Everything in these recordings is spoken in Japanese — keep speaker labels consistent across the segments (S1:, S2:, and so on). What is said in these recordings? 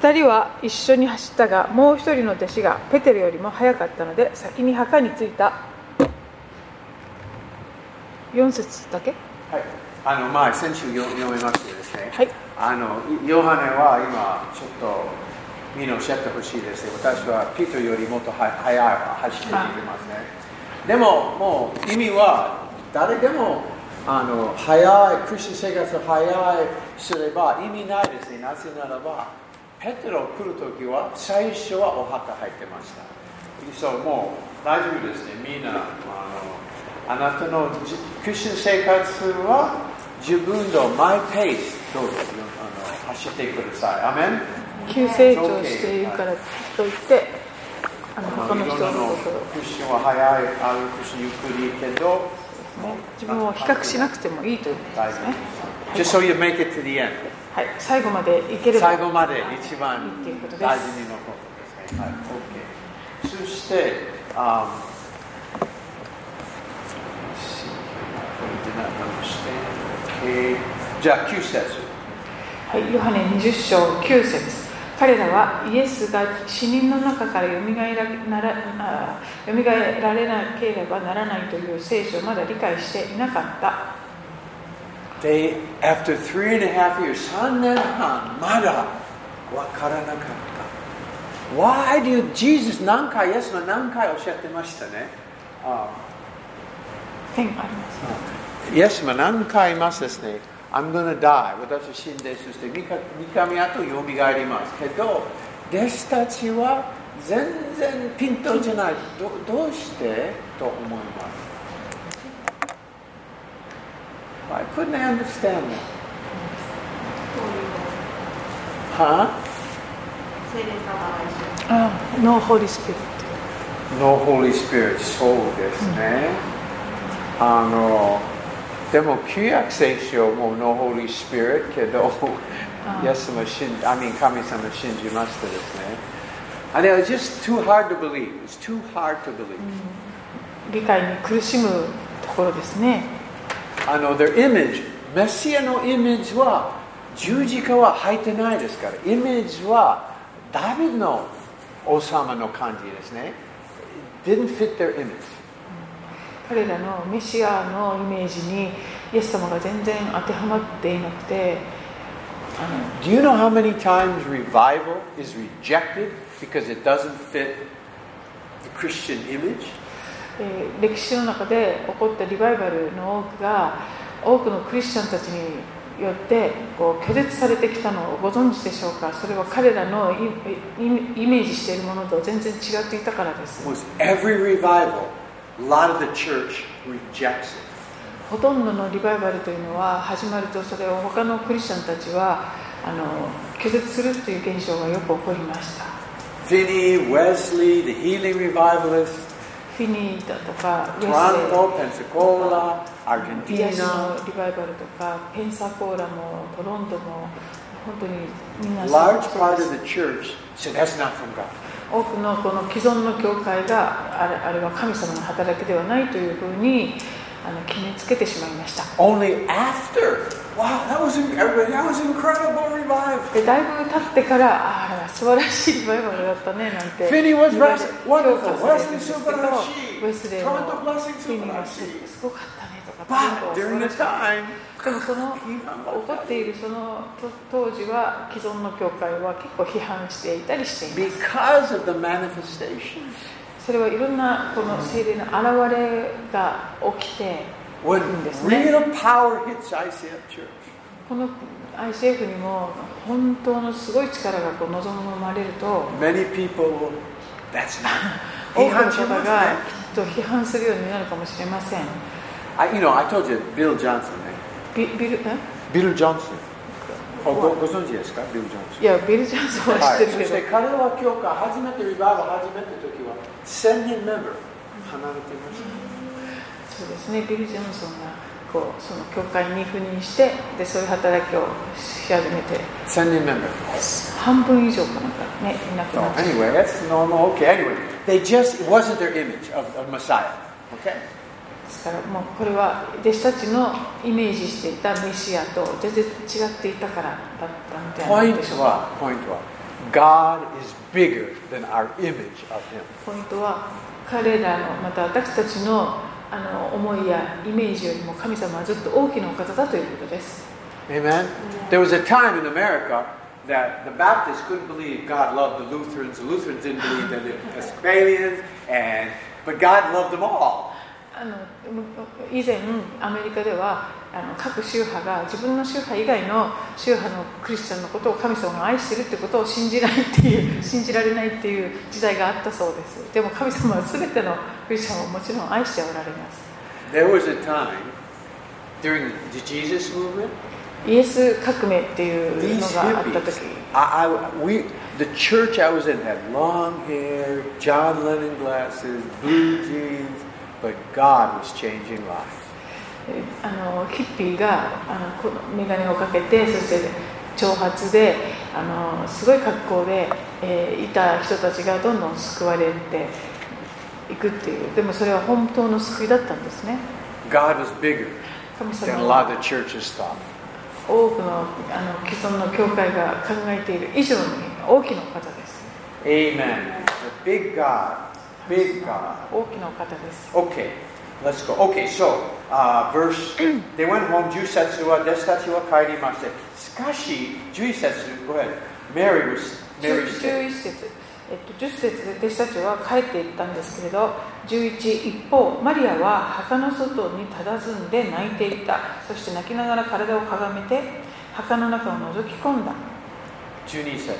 S1: 2人は一緒に走ったがもう一人の弟子がペテロよりも早かったので先に墓に着いた4節だけ
S2: はい、あのまあ先週よ読みましてですね、
S1: はい
S2: あのヨハネは今ちょっとみんなおっしゃってほしいですね私はピートよりもっとは速い走っていきますねでももう意味は誰でもあの速いクリスチャン生活を速いすれば意味ないですねなぜならばペテロ来るときは最初はお墓入ってましたそうもう大丈夫ですねみんなあのあなたのじクリスチャン生活は自分のマイペースどうぞあの走ってください。アメン
S1: 急成長しているからといってあの他の人のことを、
S2: クリスチャンは早い、あるクリスチャンゆっくりけど、
S1: ね、自分を比較しなくてもいいということ
S2: 大
S1: で
S2: 丈
S1: す
S2: 夫
S1: ね、
S2: です。Just so you make it to the end.
S1: はい、最後までいければ
S2: 最後まで一番
S1: いいっていうことです
S2: 大事にのことですね。はい、OK。そして、あー let's see here. I did not understand. Okay. じゃあ、9節。
S1: はい、ヨハネ20章9節彼らはイエスが死人の中からよみがえらならあ蘇られなければならないという聖書をまだ理解していなかった。
S2: They, after three and a half years, 3年半、まだわからなかった。Why do you, Jesus 何回、イエスの何回おっしゃってましたね。あ
S1: ペンあります。
S2: イエスも何回言いますですね。I'm gonna die. 私は死んで、そして三日三日目後よみがえります。けど、弟子たちは全然ピントじゃない。どどうしてと思います。I couldn't understand that. は
S3: Thank
S1: ああ、ノーホーリースピリッ
S2: No Holy Spirit そうですね、あのでも旧約聖書も No Holy Spirit けど
S1: ああ
S2: イエスも信じ I mean 神様信じましたですねあれは just too hard to believe it's too hard to believe、
S1: ト。理解に苦しむところですね。
S2: あの their image メシアのイメージは十字架は入ってないですからイメージはダビデの王様の感じですね It didn't fit their image
S1: 彼らのメシアのイメージにイエス様が全然当てはまっていなくて、
S2: Do you know how many times revival is rejected because it doesn't fit the Christian image?
S1: えー歴史の中で起こったリバイバルの多くが多くのクリスチャンたちによってこう拒絶されてきたのをご存知でしょうかそれは彼らのイイイメージしているものと全然違っていたからです
S2: Was every revival, a lot of the church rejects it.
S1: ほとんどのリバイバルというのは始まるとそれを他のクリスチャンたちはあの拒絶するという現象がよく起こりました
S2: Finney, Wesley, the healing revivalists,
S1: フィニーだとかウェスレー
S2: Toronto, Pensacola,
S1: 癒し
S2: Argentina.
S1: のリバイバルとかペンサコーラもトロントも本当にみんな
S2: A
S1: そう
S2: large part of the church said that's not from God.
S1: 多くのこの既存の教会があれあれは神様の働きではないというふうにあの決めつけてしまいました
S2: Only after, wow, that was in- everybody, that was incredible revival.
S1: でだいぶ経ってからああ素晴らしいリバイバルだったねなんて
S2: Finney was
S1: 評価
S2: right.
S1: され
S2: Wonderful.
S1: てるん
S2: Wesley
S1: ですけどウ
S2: Subarashi.
S1: ェスレー
S2: Toronto
S1: の
S2: Blessing
S1: フィニーがす
S2: Subarashi.
S1: すごかったねとか
S2: But during the time,
S1: でもその起こっているそのと当時は既存の教会は結構批判していたりしています
S2: because of the manifestations,
S1: それはいろんなこの精霊の現れが起きて
S2: when
S1: いいんですね。
S2: real power hits ICF Church,
S1: この ICF にも本当のすごい力がこう望まれると
S2: many people will, that's not.
S1: 多
S2: Oh
S1: くの方がきっと批
S2: 批判しますね。
S1: 判するようになるかもしれません
S2: I, you know, I told you, Bill Johnson, eh?
S1: ビビルえ
S2: Bill Johnson. おごご存知ですか、ビル・ジョン ソン
S1: いやビル・ジョンソンは
S2: は
S1: 知
S2: いそ
S1: ってるけ
S2: し
S1: ど、
S2: て彼は教会初めてリバイバル始めた時は1000人メンバー離れていました。
S1: そうですねビル・ジョンソンがこうその教会に赴任してでそういう働きをし始めて
S2: 1000人メンバー。
S1: 半分以上かなんかねいなく
S2: So
S1: なって、
S2: anyway, that's normal. Okay. Anyway, they just it wasn't their image of, of Messiah. Okay.
S1: ですからもうこれは弟子たちのイメージしていたメシアと全然違っていたからだったんじゃない
S2: Point
S1: でしょうか
S2: what? Point what? God is bigger than our image of Him.
S1: ポイントは彼らのまた私たちのあの思いやイメージよりも神様はずっと大きなお方だということです。
S2: Amen? There was a time in America that the Baptists couldn't believe God loved the Lutherans. The Lutherans didn't believe that it was Episcopalians, and but God loved them all.
S1: あのむ以前アメリカではあの各宗派が自分の宗派以外の宗派のクリスチャンのことを神様が愛してるってことを信じないっていう 信じられないっていう時代があったそうですでも神様は全てのクリスチャンをもちろん愛しておられます
S2: There was a time during the Jesus movement.
S1: イエス革命っていうの
S2: These
S1: があった時
S2: hippies, I, I, we, the church I was in had long hair, John Lennon glasses, blue jeans, but God was changing lives.
S1: えあのヒッピーがあのこの眼鏡をかけてそして長髪であのすごい格好で、えーいた人たちがどんどん救われていくっていうでもそれは本当の救いだったんですね
S2: God was bigger
S1: 神
S2: than
S1: 様
S2: a lot
S1: は
S2: of the churches thought.
S1: 多くのあの既存の教会が考えている以上に大きなお方です
S2: Amen. The big God, big God.
S1: 大きなお方です
S2: Okay, let's go. Okay, so uh, verse they went home. 10節は弟子たちは帰りましてしかし11節 Go ahead. Mary was
S1: 11
S2: Mary said.
S1: 節、えっと、10節で弟子たちは帰っていったんですけれど11一方マリアは墓の外にたたずんで泣いていたそして泣きながら体をかがめて墓の中を覗き込んだ
S2: 12節
S1: 12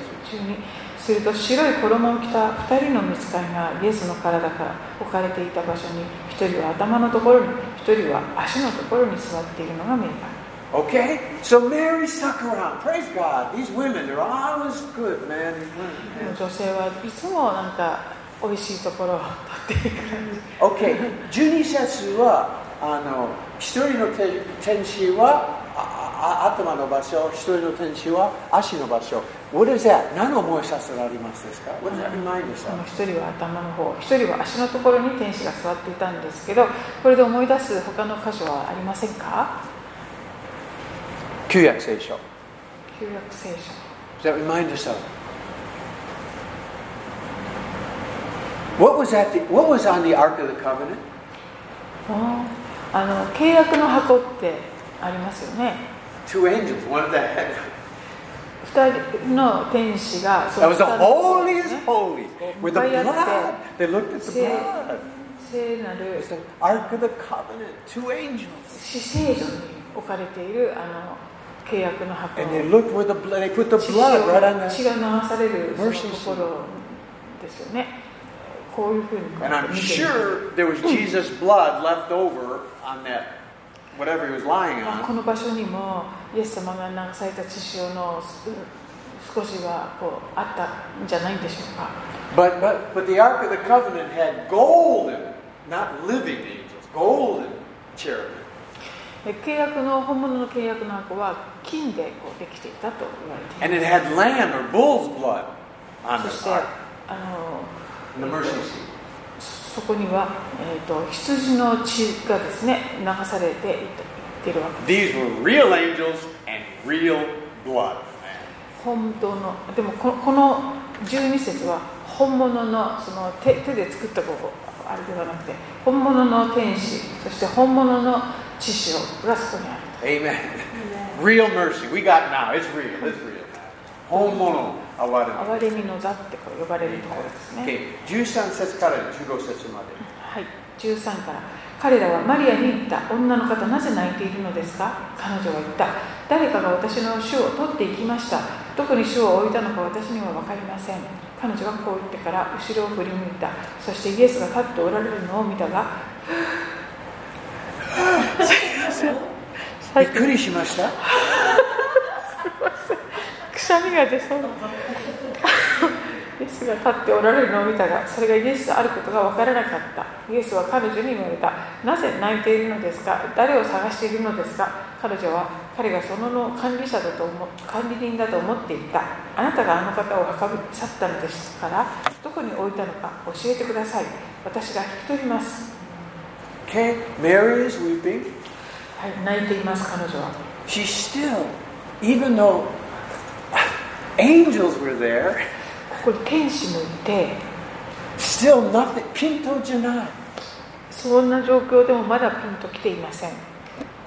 S1: すると白い衣を着た2人の見つかりがイエスの体から置かれていた場所に1人は頭のところに1人は足のところに座っているのが見えた
S2: Okay, so Mary stuck around. Praise God. These women, they're always good, man. These women,
S1: でも
S2: man.
S1: 女性はいつもなんか美味しいところを取っていく感じ
S2: Okay, uh, uh, 12節はあの一人の天天使は頭の場所、一人の天使は足の場所。What is that? 何を思いさせられますですか What does that remind us
S1: その
S2: of?
S1: 一人は頭の方、一人は足のところに天使が座っていたんですけど、これで思い出す他の箇所はありませんか
S2: 旧約聖書。
S1: 旧約聖書。
S2: Does that remind us of? What was, at the, what was on the Ark of the Covenant?
S1: あーあの契約の箱ってありますよね。
S2: Two angels, one of the head.
S1: 二人の天使が、そ
S2: That
S1: の
S2: was
S1: 二人
S2: the
S1: のところに
S2: holiest
S1: ね
S2: holy. With the blood. They looked at the
S1: 聖
S2: blood.
S1: 聖なる
S2: It's the Ark of the Covenant, two angels.
S1: 死聖所に置かれているあの契約の箱
S2: And they looked where the blood, they put the
S1: 血
S2: blood right on
S1: を血
S2: the.
S1: が流されるその
S2: Mercy
S1: ところですよね。こういうふうにこう
S2: And
S1: やって
S2: I'm
S1: 見てる
S2: sure there was Jesus' blood left over on that, whatever he was lying
S1: あこ
S2: on.
S1: の場所にもイエス様が流された血潮のす少しはこうあったんじゃないんでしょうか
S2: But, but, but the Ark of the Covenant had golden, not living angels, golden cherubim.
S1: で契約の本物の契約の箱は金でこうできていたと言われてい
S2: And it had lamb or bull's blood on
S1: ますそし
S2: the
S1: て
S2: ark,
S1: あの
S2: in the mercy seat.
S1: そこには、えー、と羊の血がですね流されていっているわけ
S2: These were real angels and real blood. man.
S1: 本当のでもここの12節は本物のその手手で作ったここあれではなくて本物の天使そして本物の知識がそこにある
S2: Amen. Real mercy. We got now. It's real. It's real. 本物。憐れみ。
S1: 憐れみの座ってこう呼ばれるところですね、
S2: Okay. 13節から15節まで。
S1: はい、13から彼らはマリアに言った女の方なぜ泣いているのですか彼女は言った誰かが私の主を取っていきましたどこに主を置いたのか私には分かりません彼女はこう言ってから後ろを振り向いたそしてイエスが立っておられるのを見たが最近
S2: びっくりしました。
S1: くしゃみが出そう イエスが立っておられるのを見たがそれがイエスであることが分からなかったイエスは彼女に言われたなぜ泣いているのですか誰を探しているのですか彼女は彼がそのの管理者だと思管理人だと思っていたあなたがあの方を運び去ったのですからどこに置いたのか教えてください私が引き取ります
S2: Okay. Mary is weeping.
S1: はい泣いています彼女は
S2: She still, even though angels were there,
S1: これ天使もいて
S2: Still nothing. Pinto Janai
S1: そんな状況でもまだピンときていません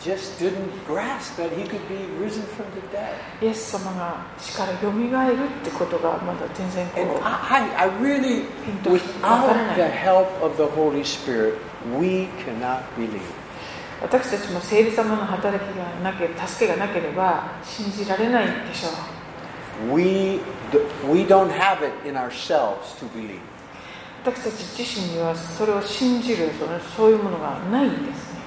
S2: just didn't grasp that he could be risen from the dead.
S1: イエス様が死からよみがえるってことがまだ全然こ
S2: And
S1: う
S2: I, I really, without the help of the Holy Spirit, we cannot believe.
S1: 私たちも聖霊様の働きがなけ助けがなければ信じられないでしょう
S2: We, we don't have it in ourselves to believe.
S1: 私たち自身にはそれを信じるそのそういうものがないんですね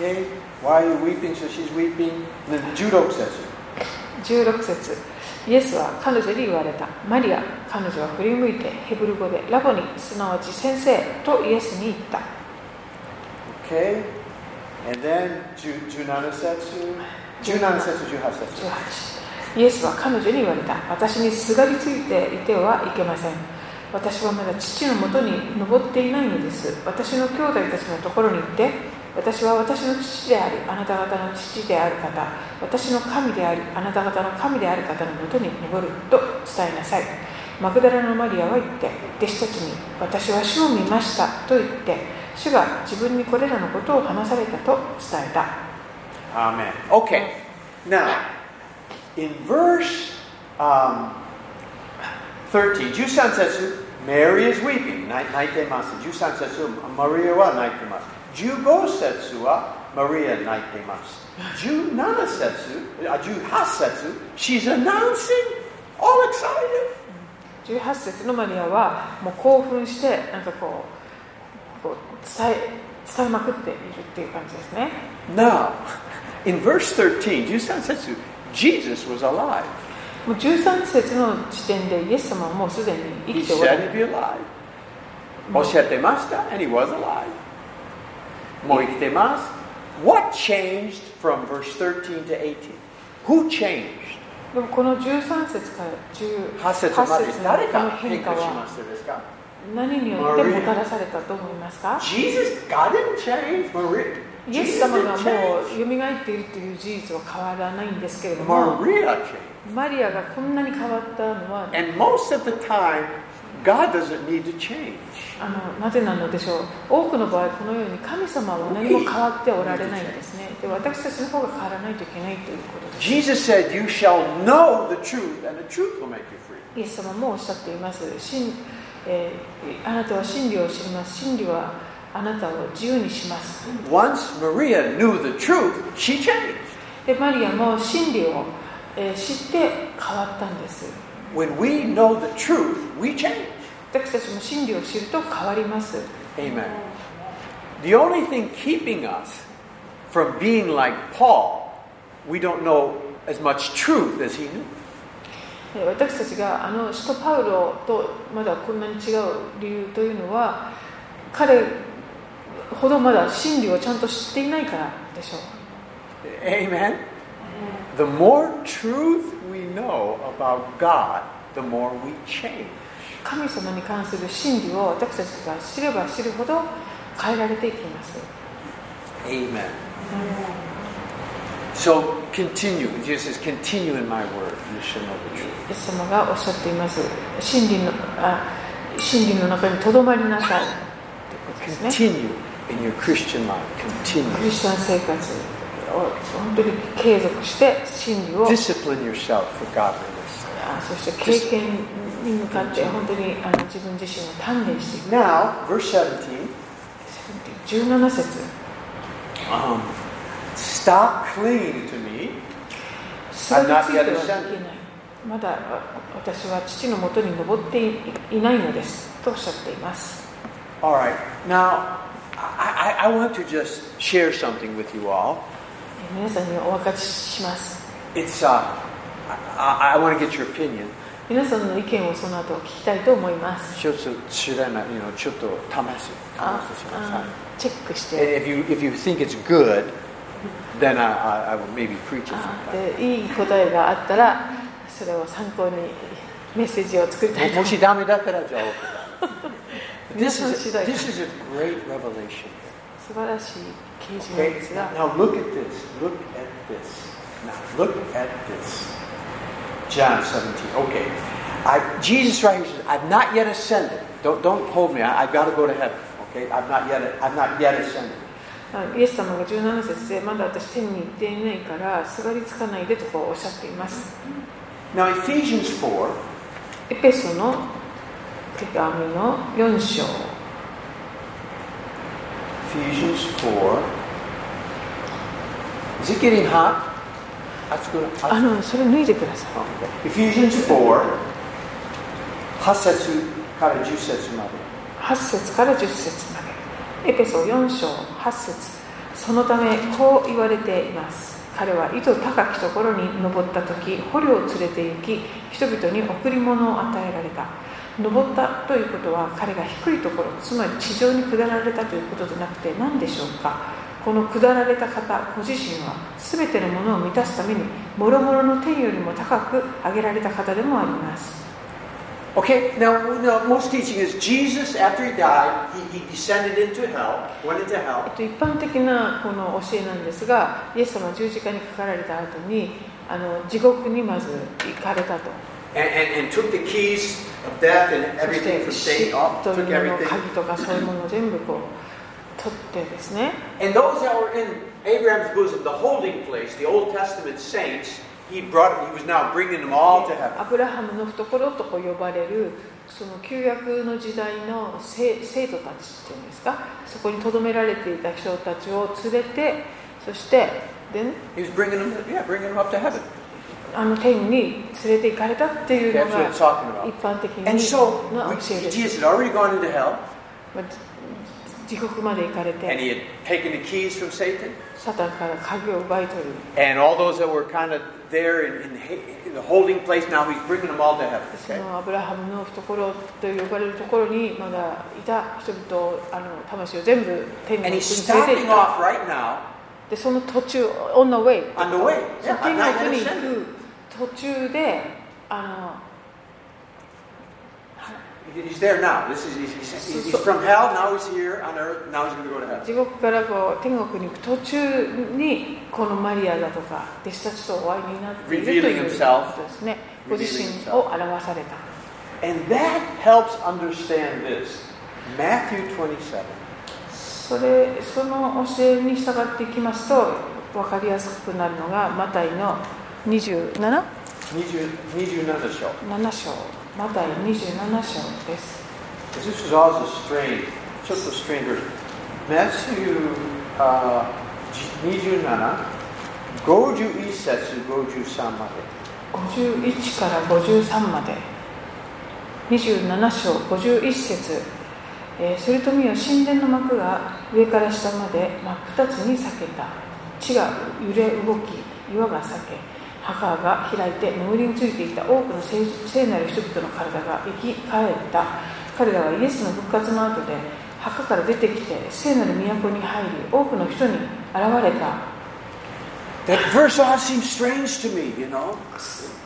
S2: Okay, why are you weeping? So she's weeping. And then Judo says it.
S1: 16節イエスは彼女に言われたマリア彼女は振り向いてヘブル語でラボにすなわち先生とイエスに言った
S2: Okay, and then Ju- Junana Setsu. Junana Setsu, Juha Setsu.
S1: 18イエスは彼女に言われた私にすがりついていてはいけません私はまだ父のもとに登っていないのです私の兄弟たちのところに行って私は私の父でありあなた方の父である方私の神でありあなた方の神である方のもとに登ると伝えなさいマグダラのマリアは言って弟子たちに私は主を見ましたと言って主が自分にこれらのことを話されたと伝えた
S2: Amen. Okay. Now, in verse um, 13, Jusan Setsu, Mary is weeping. Nai- Naitemasu. Jusan Setsu, Maria wa naitemasu. Jugo Setsu wa Maria naitemasu. Junana Setsu, uh, Juha Setsu, she's announcing, all excited.
S1: 18節のマリアはもう興奮してなんかこうこう伝え伝えまくっているっていう感じですね
S2: Now, in verse 13, Jusan Setsu, Jesus was alive.
S1: もう13節の時点でイエス様はもうすでに生
S2: He
S1: きておられる
S2: said he'd be alive. おっしゃってました and he was alive. もう生きてます What changed from verse 13 to 18? Who changed?
S1: でもこの13節から18
S2: 8節
S1: 節
S2: まで
S1: の
S2: 誰
S1: この
S2: が
S1: 変
S2: 変
S1: 化
S2: 化しま
S1: は
S2: したですか
S1: 何によってもたらされたと思いますか
S2: ?Jesus, God didn't change. Maria,
S1: イエス
S2: Jesus
S1: 様が
S2: didn't
S1: も
S2: change.
S1: う蘇っているという事実は変わらないんですけれども
S2: Maria changed.
S1: マリアがこんなに変わったのは
S2: And most of the time, God doesn't need to change.
S1: あのなぜなのでしょう多くの場合このように神様は何も変わっておられないんですねで私たちの方が変わらないといけないということです
S2: Jesus said, You shall know the truth, and the truth will make you free.
S1: イエス様もおっしゃっています真、えーあなたは真理を知ります真理はあなたを自由にします
S2: Once Maria knew the truth, she changed.
S1: でマリアも真理を、えー知って変わったんです
S2: When we know the truth, we change.
S1: 私たちも真理を知ると変わります
S2: Amen. The only thing keeping us from being like Paul, we don't know as much truth as he knew.
S1: えー私たちがあの使徒パウロとまだこんなに違う理由というのは彼ほどまだ真理をちゃんと知っていないからでしょう
S2: Amen. The more truth we know about God, the more we change.
S1: 神様に関する真理を私たちが知れば知るほど変えられていきます
S2: Amen. So continue. Jesus says, continue in my word. You shall know the truth.
S1: イエス様がおっしゃっています真理のあ真理の中にとどまりなさいということですね
S2: Continue in your Christian life.
S1: クリ
S2: Continue.
S1: スチャン生活を本当に継続して真理を
S2: Discipline yourself for godliness.
S1: あそして経験に向かって本当にあの自分自身を鍛錬していく
S2: Now, verse 17.
S1: 17節
S2: Um, Stop clinging to me.
S1: それについてはい
S2: yet
S1: けないまだあ私は父のもとに登っていいないのですとおっしゃっています
S2: All right. Now, I, I, I want to just share something with you all.
S1: えー皆さんにお分かちします
S2: It's, uh, I, I want to get your opinion.
S1: 皆さんの意見をその後聞きたいと思います
S2: ちょっと知らない you know, ちょっと試す。
S1: あ
S2: 試してくださ
S1: あ
S2: い
S1: チェックし
S2: And
S1: て
S2: if you, if you think it's good, then I, I, I will maybe preach it
S1: あ
S2: sometime.
S1: でいい答えがあったらそれを参考にメッセージを作りたいと思います
S2: もしダメだったらじゃあ。This is,
S1: 皆さん次第。
S2: this is a great revelation.
S1: 素晴らしい啓示なん
S2: Okay,
S1: ですが
S2: now look at this. Look at this. Now look at this. John 17. Okay. I, Jesus right here says, I've not yet ascended. Don't, don't hold me. I, I've got to go to heaven. Okay? I've not yet, I've not yet ascended.
S1: あのイエス様が17節でまだ私天に行っていないからすがりつかないでとこうおっしゃっています
S2: Now, Ephesians 4,
S1: エペソの手紙の4章
S2: Ephesians 4. Is it getting hot? That's good.
S1: あのそれ脱いでください
S2: Ephesians 4, 8節から10節まで。
S1: 8節から10節までエペソ4章8節そのためこう言われています彼は井戸高きところに登った時捕虜を連れて行き人々に贈り物を与えられた登ったということは彼が低いところつまり地上に下られたということでなくて何でしょうかこの下られた方ご自身は全てのものを満たすために諸々の天よりも高く上げられた方でもあります
S2: Okay, now, now most teaching is Jesus, after he died, he, he descended into hell, went
S1: え
S2: into
S1: っ
S2: hell.
S1: と、一般的なこの教えなんですが、イエス様は十字架にかかられた後にあの地獄にまず行かれたと、
S2: and, and, and took the keys of death and
S1: そして
S2: everything from
S1: 死
S2: Satan off,
S1: と
S2: took
S1: いうもの、
S2: everything.
S1: 鍵とかそういうものを全部こう取ってですね、
S2: And those that were in Abraham's bosom, the holding place, the Old Testament saints, he brought. He was now bringing them all to heaven.
S1: アブラハムの懐とこう呼ばれる、その旧約の時代の生生徒たちっていうんですか、そこに留められていた人たちを連れて、そして、でね
S2: He was bringing them, yeah, bringing them up to heaven.
S1: あの天に連れて行かれたっていうの
S2: That's
S1: が
S2: what it's talking
S1: 一
S2: about.
S1: 般的な
S2: And so
S1: 教え
S2: we,
S1: です。
S2: Jesus had already gone into hell,
S1: まあ地獄まで行かれ
S2: and
S1: て、
S2: he had taken the keys from Satan,
S1: サタンから鍵を奪い取り、
S2: and all those that were kind of there in, in, ha- in the holding place. Now he's bringing them all to heaven.
S1: そ
S2: Okay.
S1: のアブラハムの懐と呼ばれるところにまだいた人々を、あの魂を全部天に連
S2: And
S1: れ
S2: he's
S1: て行
S2: stopping
S1: った。
S2: off right now
S1: で、その途中、on the way、
S2: on the way.
S1: その
S2: Yeah, I'm
S1: 天
S2: not
S1: 国
S2: going
S1: に行
S2: to send him.
S1: く途中で、あ
S2: He's there now. This is he's, he's, he's from hell. Now he's here on earth. Now he's going to go to
S1: の
S2: heaven.
S1: 地獄からこう天国に行く途中に、このマリアだとか、弟子たちとお会いになっているとい
S2: Revealing
S1: う
S2: himself.
S1: ことですね。ご自身
S2: Revealing
S1: を表された。
S2: And that helps understand this. Matthew 27.
S1: それその教えに従っていきますと分かりやすくなるのがマタイの27
S2: 20 29 show.
S1: 7章マタイ27章です
S2: This is also strange. Just a strange verse. Matthew uh, 27. Goju isetsu goju samade.
S1: 51から53まで27章51節えーすると見よ神殿の幕が上から下まで真っ二つに裂けた地が揺れ動き岩が裂け墓が開いて眠りについていた多くの聖聖なる人々の体が生き返った彼らはイエスの復活の後で墓から出てきて聖なる都に入り多くの人に現れた
S2: That verse all seems strange to me, you know.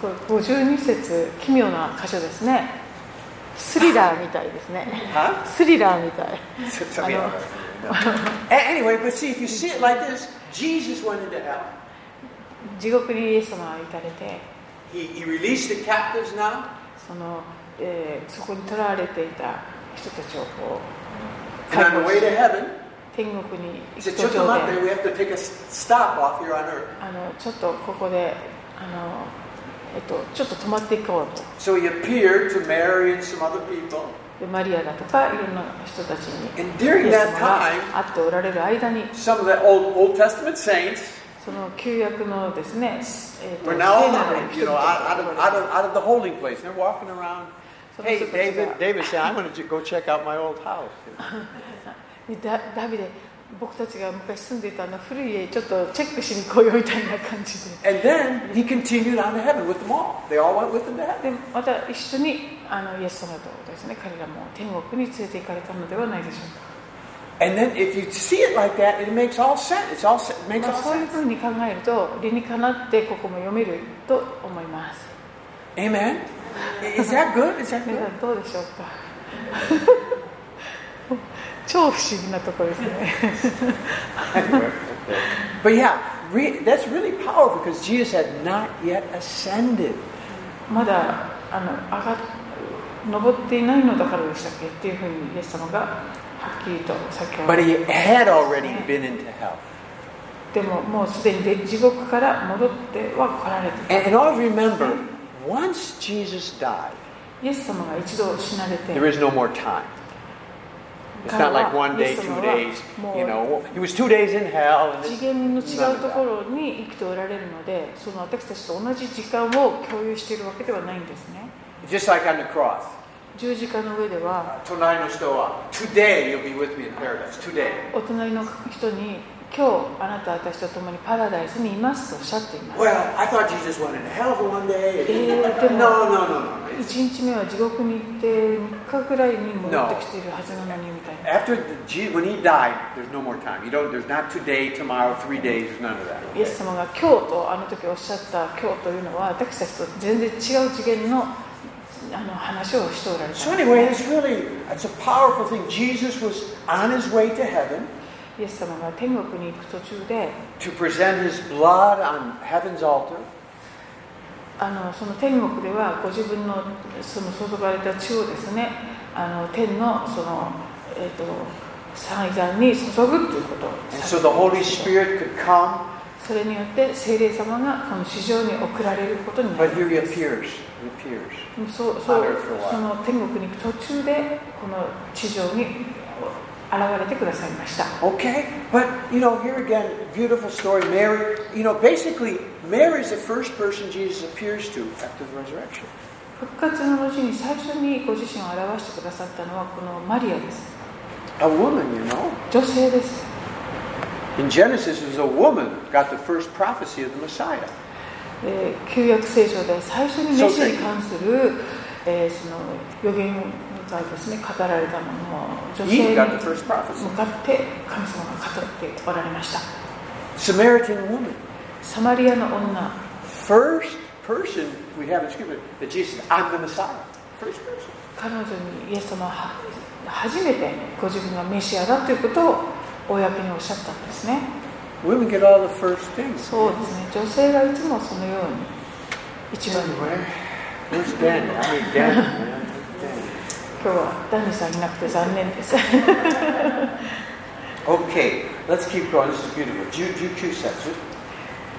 S1: これ52節奇妙な箇所ですねスリラーみたいですね
S2: Huh?
S1: スリラーみたい
S2: Something else. No. A- Anyway, but see, if you see it like this, Jesus went into hell.
S1: 地獄にイエス様は行かれて
S2: He, he released the captives now,
S1: その、えーそこに囚われていた人たちをこ
S2: and on the way to heaven,
S1: う天国に
S2: he
S1: 行く
S2: said,
S1: 途
S2: "Just
S1: 上
S2: come
S1: で
S2: there. We have to take a s- stop off here on earth."
S1: あのちょっとここであの、えっと、ちょっと泊まっていこうと
S2: So he appeared to Mary and some other people,
S1: でマリアだとかいろんな人たちに
S2: and
S1: イ
S2: during
S1: エス様
S2: that time,
S1: が会っておられる間に
S2: some of the Old Old Testament saints
S1: その旧約のですね、えーと
S2: were now
S1: 聖なる
S2: alive,
S1: 人
S2: you
S1: 々と
S2: know, out, out of out of out of the holding place. They're walking around.
S1: その
S2: Hey,
S1: 人たち
S2: David,
S1: が
S2: David said, "I'm going to go check out my old house."
S1: でダダビデ僕たちが昔住んでいたあの古い家ちょっとチェックしに来ようみたいな感じ
S2: And then he continued on to heaven with them all. They all went with him to heaven.
S1: ででまた一緒にあのイエス様とですね彼らも天国に連れて行かれたのではないでしょう
S2: And then if you see it like that, it makes all sense. It's all it
S1: か、
S2: makes
S1: まあ
S2: all
S1: そういう
S2: sense.
S1: ふうに考えると理にかなってここも読めると思います
S2: Amen. Is that good? Is that
S1: 皆
S2: good?
S1: さんどうでしょうか超不思議なところですね
S2: But yeah, re- that's really powerful because Jesus had not yet ascended.
S1: まだあの上が登っていないのだからでしたっけっていうふうにイエス様がはっきりと先ほど
S2: But he had already been into hell.
S1: でももうすでにで地獄から戻っては来られて
S2: And, and all remember, once Jesus died,
S1: イエス様が一度死なれて
S2: there is no more time. It's not like one day, two days, you know. He was two days in hell. And
S1: 次
S2: this,
S1: 元の違うとこ
S2: none of
S1: ろに生きておられるのでその私たちと同じ時間を共有しているわけではないんですね
S2: that. Just like on the cross.
S1: 十字架の上では
S2: Tonight no stoa. Today you'll be with me in paradise. Today.
S1: お隣の人に今日あなた私と共にパラダイスにいますとおっしゃっています
S2: Well, I thought Jesus went into hell for one day.
S1: Eh,
S2: No, no, no, no. It's-
S1: 1日目は地獄に行って3日ぐらいに戻ってきているはずなのにみたいな
S2: After the, Je- when he died, there's no more time. You don't. There's not today, tomorrow, three days. There's none of that.
S1: イエス様が今日とあの時おっしゃった今日というのは私たちと全然違う次元のあの話をしておられたんです
S2: So anyway, it's really it's a powerful thing. Jesus was on his way to heaven
S1: イエス様が天国に行く途中で
S2: to present his blood on heaven's altar.
S1: あのその天国ではご自分のその注がれた血をですねあの天のその、えー、と祭壇に注ぐということを
S2: And so the Holy Spirit could come,
S1: それによって聖霊様がこの地上に送られることにな
S2: but
S1: る
S2: here he appears. He appears.
S1: そうそう
S2: on earth for a while.
S1: その天国に行く途中でこの地上に現れてくださいました
S2: Okay, but you know, here again, beautiful story. Mary, you know, basically, Mary's the first person Jesus appears to after the resurrection.
S1: 復活の後に最初にご自身を表してくださったのはこのマリアです
S2: A woman, you know.
S1: 女性です
S2: In Genesis, it was a woman got the first prophecy of the Messiah.
S1: えー旧約聖書で最初にメシアに関する、えーその予言がですね語られたものを女性
S2: Eve
S1: に
S2: got the
S1: 向
S2: first prophecy.
S1: かって神様が語っておられました
S2: Samaritan woman.
S1: サマリアの女
S2: First person we have in Scripture that Jesus, I'm the Messiah. First person.
S1: 彼女にイエス様は初めてご自分がメシアだということを公におっしゃったんですね
S2: Women get all the first things.
S1: そうですね女性がいつもそのように一番に今
S2: Anyway, where's Daniel? I mean, Daniel, man. Where's Daniel?
S1: 日はダニさんいなくて残念です
S2: Okay, let's keep going. This is beautiful. Jude, Jude 2 says it.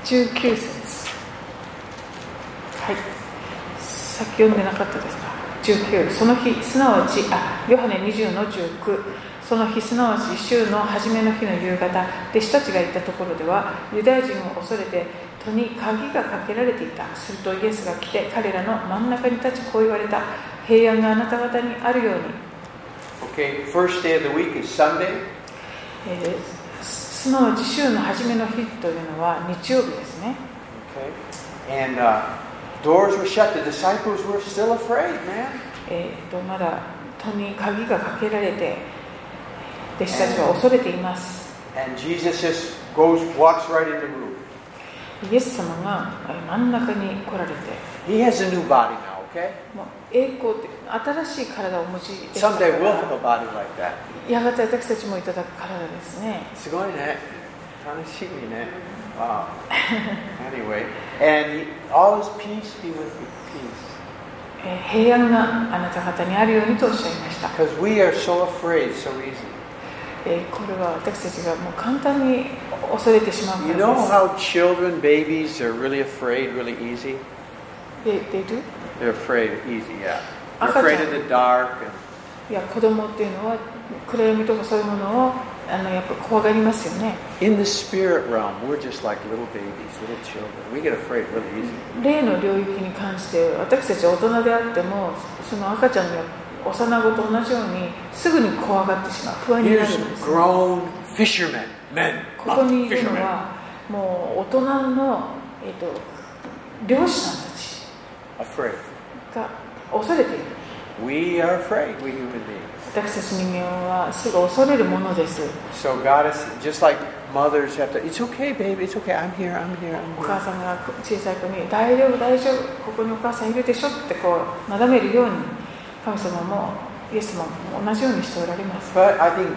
S1: 19節はい先読んでなかったですか19その日すなわちあヨハネ20の19その日すなわち週の初めの日の夕方弟子たちが行ったところではユダヤ人を恐れて戸に鍵がかけられていたするとイエスが来て彼らの真ん中に立ちこう言われた平安があなた方にあるように、
S2: Okay, first day of the week is Sunday.
S1: えーすすなわち週の初めの日というのは日曜日ですね
S2: Okay, and uh, doors were shut. The disciples were still afraid, man.
S1: えー、とまだ戸に鍵がかけられて弟子たちは恐れています
S2: And Jesus just goes, walks right in the room.
S1: イエス様がえー真ん中に来られて
S2: He has a new body now. Okay,
S1: もう栄光って新しい体をお持ちでしたか
S2: someday
S1: ら
S2: we'll have a body like that.
S1: やがて私たちもいただく体ですね
S2: It's going to Tanashimi, man. Wow. anyway, and he, all his peace be with you. Peace,
S1: えー平安があなた方にあるようにとおっしゃいました、
S2: because we are so afraid so easily.
S1: えーこれは私たちがもう簡単に恐れてしまう
S2: You
S1: から
S2: know
S1: です
S2: how children, babies, are really afraid, really easy?
S1: They- they do?
S2: They're afraid easy, yeah. They're
S1: Okay.
S2: afraid of the dark. And
S1: いや子供っていうのは暗闇とかそういうものをあのやっぱ怖がりますよね
S2: in the spirit realm, we're just like little babies, little children. We get afraid really easy.
S1: 霊の領域に関して私たち大人であってもその赤ちゃんや幼子と同じようにすぐに怖がってしまう不安になる
S2: Here's
S1: んですこ
S2: grown fishermen, men,
S1: こ
S2: ah,
S1: にいるの
S2: fishermen.
S1: はもう大人の、えっと漁師さんたち
S2: Afraid.
S1: が恐れている
S2: We are afraid, we human beings.
S1: 私たち人間はすぐ恐れるものです
S2: So God is just like mothers have to. It's okay, baby. It's okay. I'm here. I'm here.
S1: お
S2: I'm
S1: 母
S2: here.
S1: さんが小さい子に「大丈夫大丈夫ここにお母さんいるでしょ」ってこうなだめるように神様もイエス様も同じようにしておられます
S2: But I think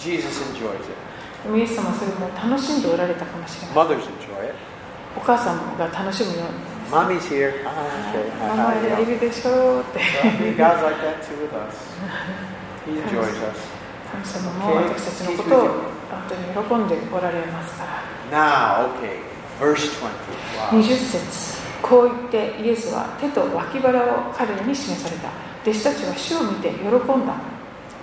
S2: Jesus enjoys it.
S1: でもイエス様はそれも楽しんでおられたかもしれない
S2: Mothers enjoy it.
S1: お母さんが楽しむよう
S2: Mommy's here. Hi. Okay.
S1: ママ
S2: Hi,
S1: い
S2: hi. Yeah.
S1: るでしょうって
S2: Well, he God's like that too with us. He enjoys us.
S1: 神様も私たちのことを本当に喜んでおられますから
S2: Now, okay, verse 20. Wow.
S1: 20節こう言ってイエスは手と脇腹を彼らに示された弟子たちは主を見て喜んだ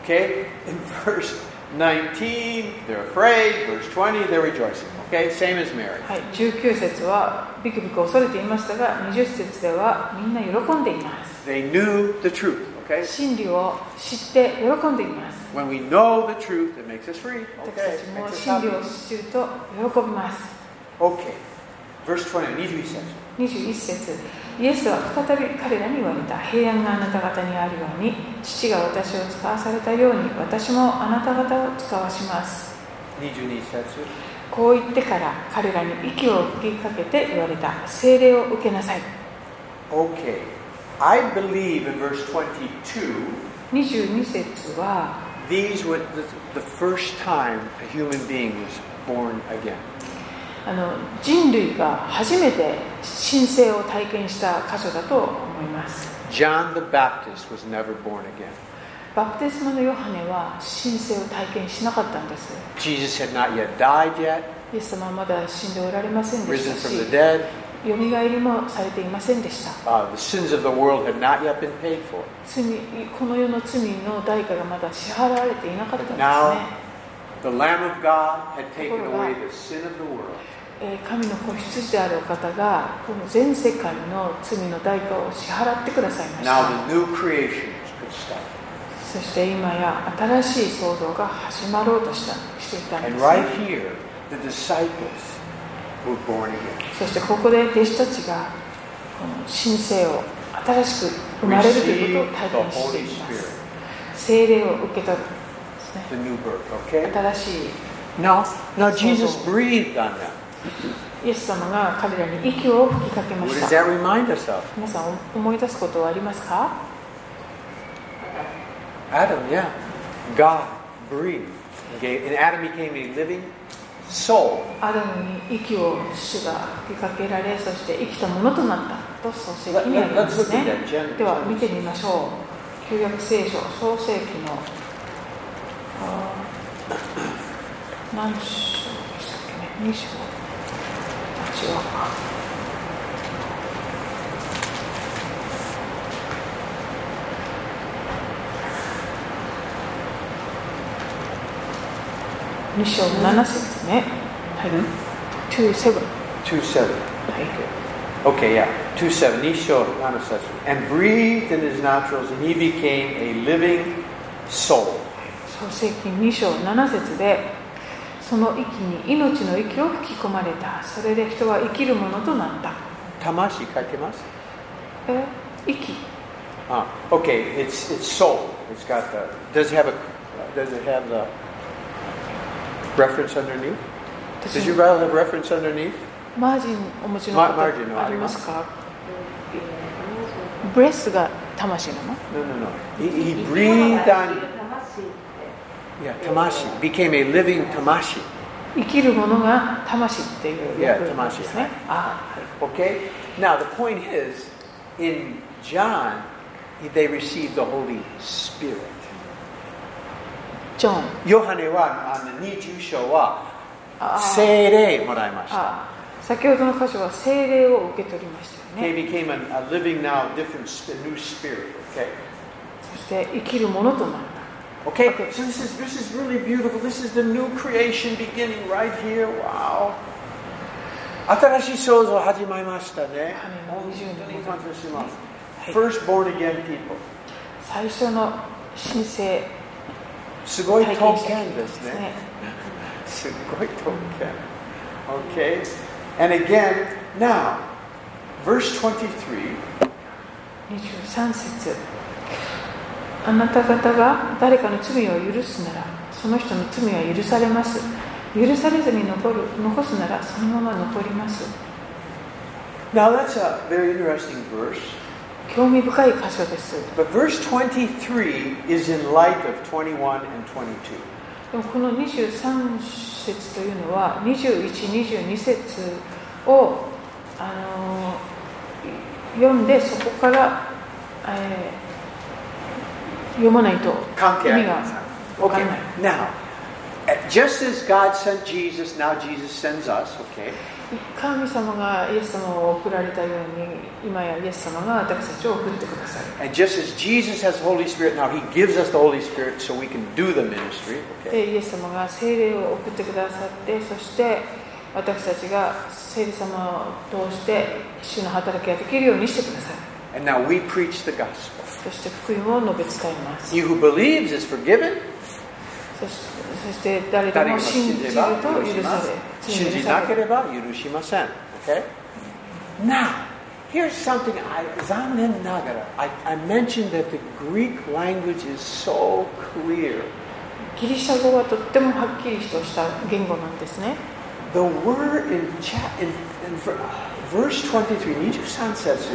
S2: Okay, in verse 19, they're afraid. Verse 20, they're rejoicing. Okay, same as Mary.
S1: はい、19節はビクビク恐れていましたが20節ではみんな喜んでいます
S2: They knew the truth. Okay,
S1: 真理を知って喜んでいます
S2: when we know the truth, it makes us free.
S1: 私た
S2: Okay,
S1: ち
S2: makes
S1: も
S2: us
S1: 真理を
S2: happy.
S1: 知ると喜びます
S2: Okay, verse 20, 21 section.
S1: 21節イエスは再び彼らに言われた平安があなた方にあるように父が私を使わされたように私もあなた方を使わします
S2: 22 section.
S1: こう言ってから彼らに息を吹きかけて言われた聖霊を受けなさい
S2: Okay, I believe in verse 22.
S1: 22節は
S2: These were the, the first time a human being was born again.
S1: あの人類が初めて神聖を体験した箇所だと思います
S2: John the Baptist was never born again.
S1: バプテスマのヨハネは神聖を体験しなかったんです
S2: Jesus had not yet died yet,
S1: イエス様はまだ死んでおられませんでし
S2: risen
S1: たし
S2: from the dead.
S1: よみがえりもされていませんでした
S2: Uh, the sins of the world had not yet been paid for.
S1: 罪この世の罪の代価がまだ支払われていなかったんですね
S2: Now the Lamb of God had taken
S1: Lord
S2: away
S1: God.
S2: the sin of the world.
S1: えー神の子羊であるお方がこの全世界の罪の代価を支払ってくださいました
S2: Now the new creations could start.
S1: そして今や新しい創造が始まろうとしたしていたんで
S2: And
S1: す、
S2: right here, the disciples were born again.
S1: そしてここで弟子たちがこの神聖を新しく生まれるということを体験していきま
S2: Receive the Holy
S1: す聖霊を受け取るですね
S2: The new birth, okay?
S1: 新しい
S2: Now, now Jesus
S1: So-
S2: breathed on them.
S1: イエス様が彼らに息を吹きかけま
S2: What
S1: し
S2: does
S1: た
S2: that remind us of?
S1: 皆さん思い出すことはありますか
S2: Adam, yeah. God breathed. And, gave, and Adam became a living soul.
S1: アダムに息を主が吹きかけられそして生きたものとなったと創世記にありま
S2: Let's
S1: す
S2: look at
S1: ね
S2: that. Gen-
S1: では見てみましょう旧約聖書創世記のあー何章でしたっけね2章違うか2章7節ねはい27は
S2: Two seven.
S1: い
S2: Okay, yeah. Two seven. He showed not a session. And breathed in his nostrils, and he became a living soul.
S1: 創世記2章7節でその息に命の息を吹き込まれたそれで人は生きるものとなった
S2: Tamashi kakemas?
S1: え息
S2: Ah, okay, it's it's soul. It's got the does it have a does it have the reference underneath? Does
S1: 私
S2: your Bible have reference underneath?
S1: マージンお持ちの
S2: マ
S1: 方
S2: マージンは
S1: あ
S2: あ
S1: り
S2: り
S1: ま
S2: ます
S1: すかブレスが魂なの
S2: No, no, no. He, he breathed on. Yeah, Tamashi became a living Tamashi.
S1: 生きるものが魂っていう
S2: や
S1: 訳なんですね
S2: 魂
S1: あはい
S2: Okay. Now the point is, in John, they received the Holy Spirit.
S1: ジョンあ
S2: ヨハネはあの20章は聖霊もらいました。
S1: あ先ほどの箇所は聖霊を受け取りましたよ
S2: They
S1: ね
S2: became a, a living now, different, sp- new spirit. Okay.
S1: そして生きるものとなった
S2: Okay.
S1: Okay.
S2: So this is this is really beautiful. This is the new creation beginning right here. Wow. 新しい創造始まりましたね。
S1: はい、もう20年。
S2: 本当に感謝しま
S1: は
S2: す。
S1: い。
S2: First born again people.
S1: 最初の神聖体験者です
S2: すごい特権ですね。
S1: ね
S2: Okay. And again, now, verse 23.
S1: 23節あなた方が誰かの罪を許すならその人の罪は許されます許されずに残る残すならそのまま残ります
S2: Now that's a very interesting verse.
S1: 興味深い箇所です
S2: But verse 23 is in light of 21 and 22.
S1: でもこの23節というのは2122節をあの読んでそこから、えー読まないと
S2: 関係
S1: 意
S2: あ
S1: 味
S2: り
S1: が
S2: ません。
S1: わから
S2: Okay,
S1: ない
S2: now, eh, just as God sent Jesus, now Jesus sends us, okay?
S1: 神様がイエス様を送られたように今やイエス様が私たちを送ってください
S2: And just as Jesus has the Holy Spirit, now He gives us the Holy Spirit so we can do the ministry, okay?
S1: でイエス様が聖霊を送ってくださってそして私たちが聖霊様を通して主の働きができるようにしてください
S2: And now we preach the gospel.
S1: そして福音を述べ伝えます
S2: He who believes is forgiven.
S1: そしそして誰で
S2: 誰
S1: も
S2: も
S1: 信
S2: 信
S1: じ
S2: じ
S1: る
S2: れ
S1: と
S2: ば
S1: 許
S2: 許し
S1: さ
S2: ます
S1: れ罪
S2: 信じ
S1: 許さ
S2: なければ許しません。Okay? Now, here's something I, 残念ながら I, I mentioned that the Greek language is so clear.
S1: ギリシャ語はとってもはっきりとした言語なんですね
S2: The word in, cha- in, in ver- verse 23, 23 says,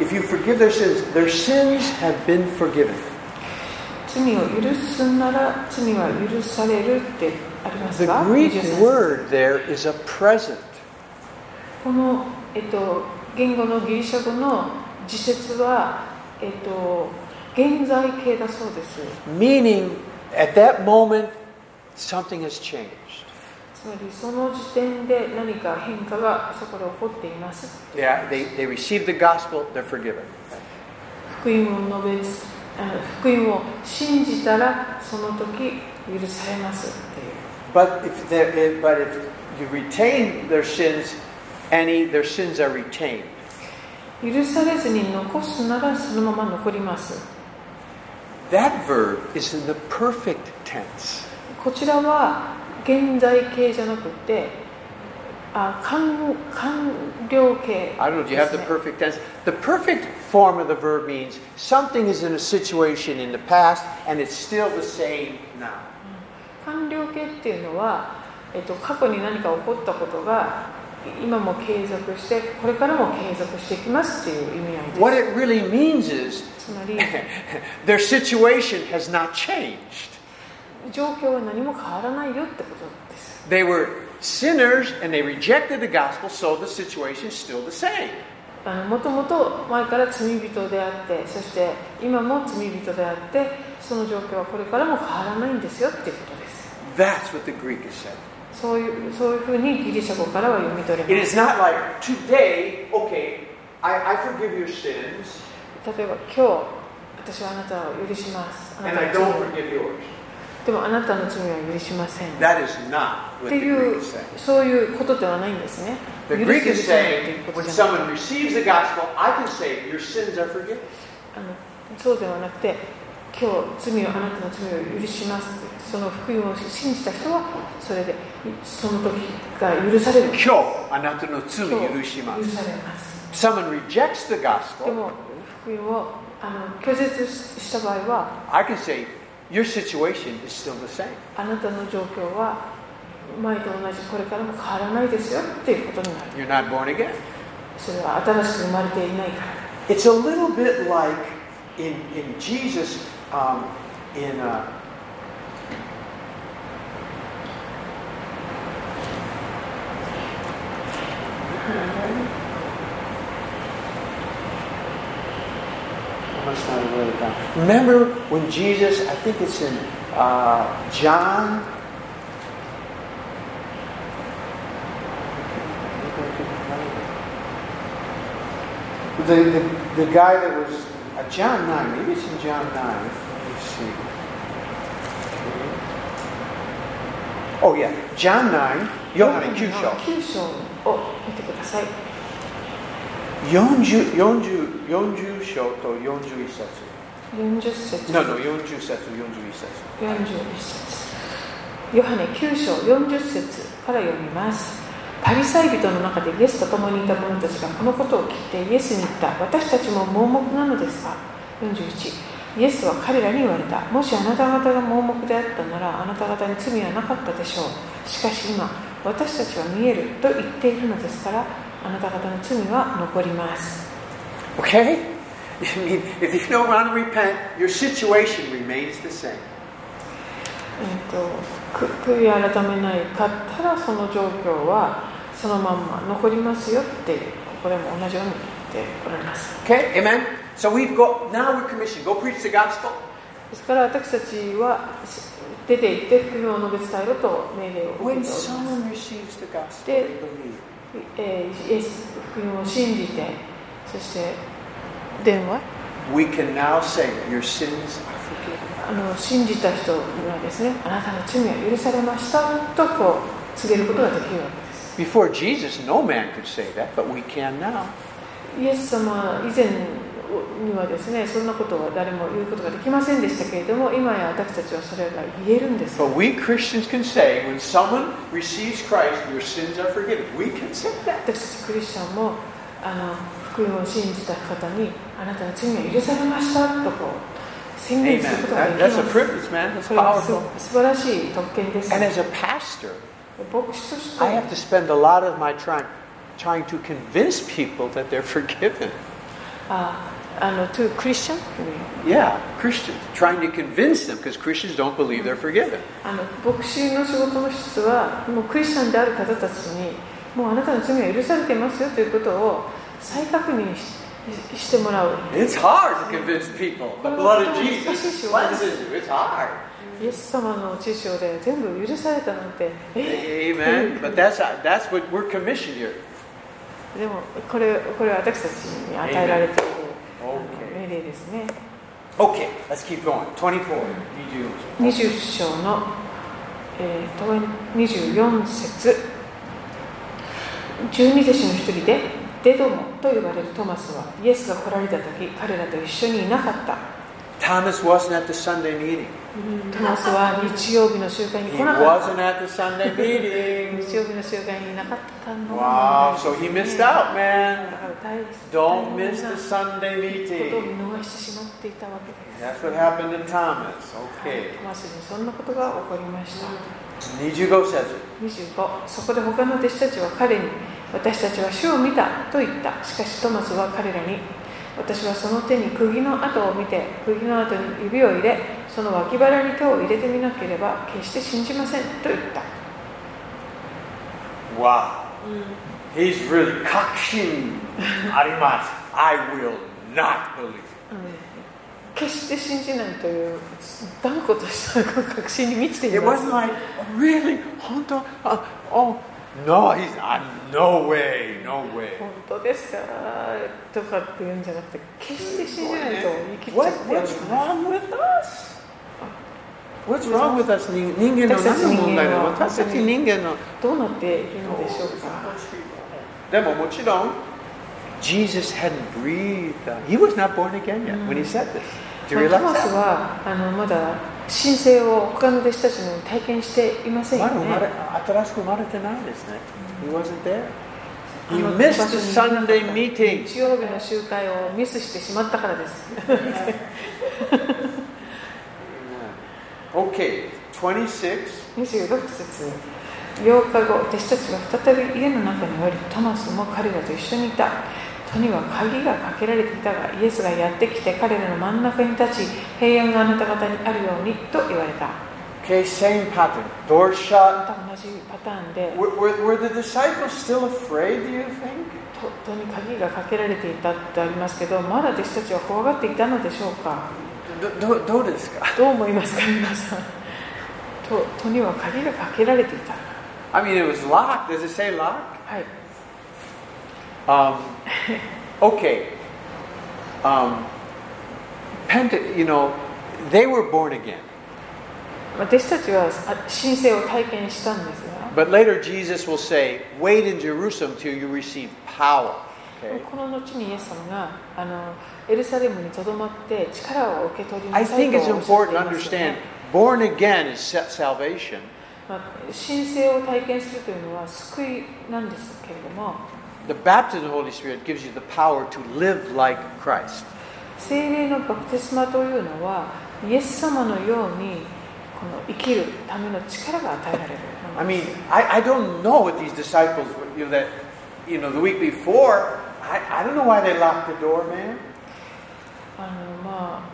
S2: if you forgive their sins, their sins have been forgiven.
S1: 罪を許すなら罪は許されるってあります
S2: The
S1: が
S2: Greek
S1: 23節
S2: word there is a present.
S1: この、えっと、言語のギリシャ語の時節は、えっと、現在形だそうです
S2: Meaning, at that moment, something has changed.
S1: つまりその時点で何か変化がそこで起こっています
S2: Yeah, they, they receive the gospel, they're forgiven.
S1: 福音を述べつあ福音を信じたらその時許されますっていう
S2: But if, there- if- but if you retain their sins, any their sins are retained.
S1: 許されずに残すならそのまま残ります
S2: That verb is in the perfect tense.
S1: こちらは現在形じゃなくてあ完完了形、
S2: I don't know, do you have the
S1: ですね
S2: perfect tense? The perfect form of the verb means something is in a situation in the past and it's still the same now.
S1: 完了形っていうのは、えっと、過去に何か起こったことが今も継続してこれからも継続していきますっていう意味合いです
S2: What it really means is
S1: つまり
S2: their situation has not changed.
S1: 状況は何も変わらないよってことです
S2: They were sinners and they rejected the gospel, so the situation is still the same.
S1: あのもともと前から罪人であってそして今も罪人であってその状況はこれからも変わらないんですよっていうことです
S2: That's what the Greek is saying.
S1: そういうそういうふうにギリシャ語からは読み取れ
S2: It
S1: ます
S2: is not like today, okay, I, I forgive your sins
S1: 例えば今日私はあなたを許しますあな
S2: and
S1: た
S2: I
S1: の罪を
S2: don't forgive yours.
S1: でもあなたの罪は許しません
S2: That is not
S1: っ
S2: what
S1: て
S2: the
S1: い
S2: Greek
S1: う
S2: is saying.
S1: そういうことではないんですね。
S2: The
S1: 許
S2: Greek
S1: す許
S2: is
S1: さないとい
S2: saying
S1: うこと
S2: when
S1: じゃない
S2: someone receives the gospel, I can say, Your sins are forgiven.
S1: あのそうではなくて今日罪をあなたの罪を許しますってその福音を信じた人はそれでその時が許される許
S2: 今日あなたの罪許します。
S1: されます
S2: Someone rejects the
S1: で
S2: gospel,
S1: も福音をあの拒絶した場合は
S2: I can say, Your situation is still the same.
S1: あなたの状況は前と同じこれからも変わらないですよっていうことになる
S2: You're not born again.
S1: それは新しく生まれていないから
S2: It's a little bit like in, in Jesus, um, in. Uh, I must not have wrote it down. Remember when Jesus, I think it's in uh, John. The, the, the guy that was uh, John 9, maybe it's in John 9. Let's see. Oh, yeah, John 9, 49章。
S1: 九章を見てください
S2: 40 40 40章と41節。
S1: 40節
S2: No, no, 40節、41節。
S1: 41節ヨハネ9章40節から読みますパリサイ人の中でイエスと共にいた者たちがこのことを聞いてイエスに言った私たちも盲目なのですか41イエスは彼らに言われたもしあなた方が盲目であったならあなた方に罪はなかったでしょうしかし今私たちは見えると言っているのですからあなた方の罪は残ります
S2: Okay? I mean, if you don't want to repent, your situation remains the same.
S1: うんとく悔い改めないかったらその状況はそのまんま残りますよっていうここでも同じようにっておられます
S2: Okay, amen? So we've got, now we're commissioned, go preach the gospel.
S1: ですから私たちはし出て行って福音を述べ伝えろと命令を受けており
S2: When
S1: ます、
S2: someone receives the gospel, they believe.
S1: えーイエス福音を信じてそして電話
S2: We can now say, Your sins are forgiven.
S1: あの信じた人にはですねあなたの罪は許されましたとこう告げることができるわけです
S2: Before Jesus, no man could say that, but we can now.
S1: イエス様以前にはですねそんなことは誰も言うことができませんでしたけれども今や私たちはそれが言えるんです
S2: But we Christians can say, when someone receives Christ, your sins are forgiven. We can say that.
S1: 私たちクリスチャンもあの福音を信じた方にあなたの罪は許されましたとこう宣言
S2: Amen.
S1: することがで
S2: That-
S1: き
S2: that's a
S1: ます
S2: privilege, man. That's
S1: それは
S2: powerful.
S1: す素晴らしい特権です
S2: And as a pastor,
S1: 牧師として
S2: I have to spend a lot of my time trying to convince people that they're forgiven.
S1: ああの to Christian
S2: Yeah, Christians. Trying to convince them because Christians don't believe they're forgiven.
S1: あの牧師の仕事の一つはもうクリスチャンである方たちにもうあなたの罪は許されていますよということを再確認しししてもらう
S2: It's hard to convince people. The blood of Jesus cleanses you. It's hard.
S1: イエス様の知性で全部許されたなんてえ
S2: Amen. But that's that's what we're commissioned here.
S1: でもこれこれは私たちに与えられている
S2: Okay.
S1: 命令ですね
S2: Okay, let's keep going. 24. You do.
S1: 20章の、えーと、24節十二弟子の一人でデドモと呼ばれるトマスはイエスが来られた時彼らと一緒にいなかった
S2: Thomas wasn't at the Sunday meeting.
S1: トマスは日曜日の集会に
S2: He
S1: 来なかっ
S2: wasn't at the Sunday
S1: た
S2: meeting.
S1: 日曜日の集会にいなかったの
S2: Wow, so he missed out,
S1: だか
S2: man.
S1: ら大変
S2: Don't miss the
S1: 大
S2: Sunday
S1: 変なことを見
S2: meeting.
S1: 逃してしまっていたわけです
S2: That's what happened to Thomas.
S1: はい
S2: Okay.
S1: トマスにそんなことが起こりました、
S2: 25 says it.
S1: 25そこで他の弟子たちは彼に私たちは主を見たと言ったしかしトマスは彼らに私はその手に釘の跡を見て釘の跡に指を入れその脇腹に手を入れてみなければ決して信じませんと言った
S2: Wow. He's really cocksure. Arimas. I will not believe.
S1: 決して信じないという断固とした確信に満ちてい
S2: It
S1: ます
S2: wasn't like, really? Honto? Uh, oh, no, he's not. No way, no way.
S1: 本当ですかとかって言うんじゃなくて決して信じないと言い切っちゃ
S2: What,
S1: って
S2: what's wrong with us? What's wrong with us? 人人間の
S1: 私たち
S2: 何の問題な
S1: 人間は
S2: の私たち人間の。
S1: どうなっているのでしょうか
S2: でももちろん、Jesus hadn't breathed. He was not born again yet when he said this. Do you
S1: まあ
S2: realize
S1: トマス
S2: that?
S1: はあのまだ神聖を他の弟子たちのように体験していませんよ
S2: まだ生まれ
S1: ね。
S2: 新しく生まれてないですね。He wasn't there.
S1: あ
S2: He
S1: の
S2: missed the
S1: 場所に
S2: Sunday meeting.
S1: 日曜日の集会をミスしてしまったからです。
S2: Okay, 26.
S1: 26節8日後、弟子たちが再び家の中におり、トマスも彼らと一緒にいた。戸には鍵がかけられていたが、イエスがやってきて彼らの真ん中に立ち、平安があなた方にあるようにと言われた。
S2: Okay, same pattern. Door
S1: ま
S2: shut.
S1: た同じパターンで、
S2: Were, were, were the disciples still afraid, do you think?
S1: と戸に鍵がかけられていたってありますけど、まだ弟子たちは怖がっていたのでしょうか。
S2: どどどうですか
S1: どう思いますか皆さんと戸には鍵がかけられていた
S2: I mean, it was locked. Does it say locked?
S1: はい
S2: Um, okay. Um, Pente, you know, they were born again.
S1: まあ弟子たちはあ神聖を体験したんですが
S2: But later Jesus will say, wait in Jerusalem till you receive power. Okay?
S1: この後にイエス様があのエルサレムにとどまって力を受け取り
S2: I
S1: なさい
S2: think
S1: と
S2: it's
S1: おっしゃって
S2: important
S1: い
S2: to
S1: ますよね
S2: understand born again is sa- salvation.
S1: まあ神聖を体験するというのは救いなんですけれども
S2: The baptism of the Holy Spirit gives you the power to live like Christ.
S1: 聖霊のバプテスマというのはイエス様のようにこの生きるための力が与えられる
S2: I mean, I, I don't know what these disciples, were- you know, that, you know, the week before, I, I don't know why they locked the door, man.
S1: あのま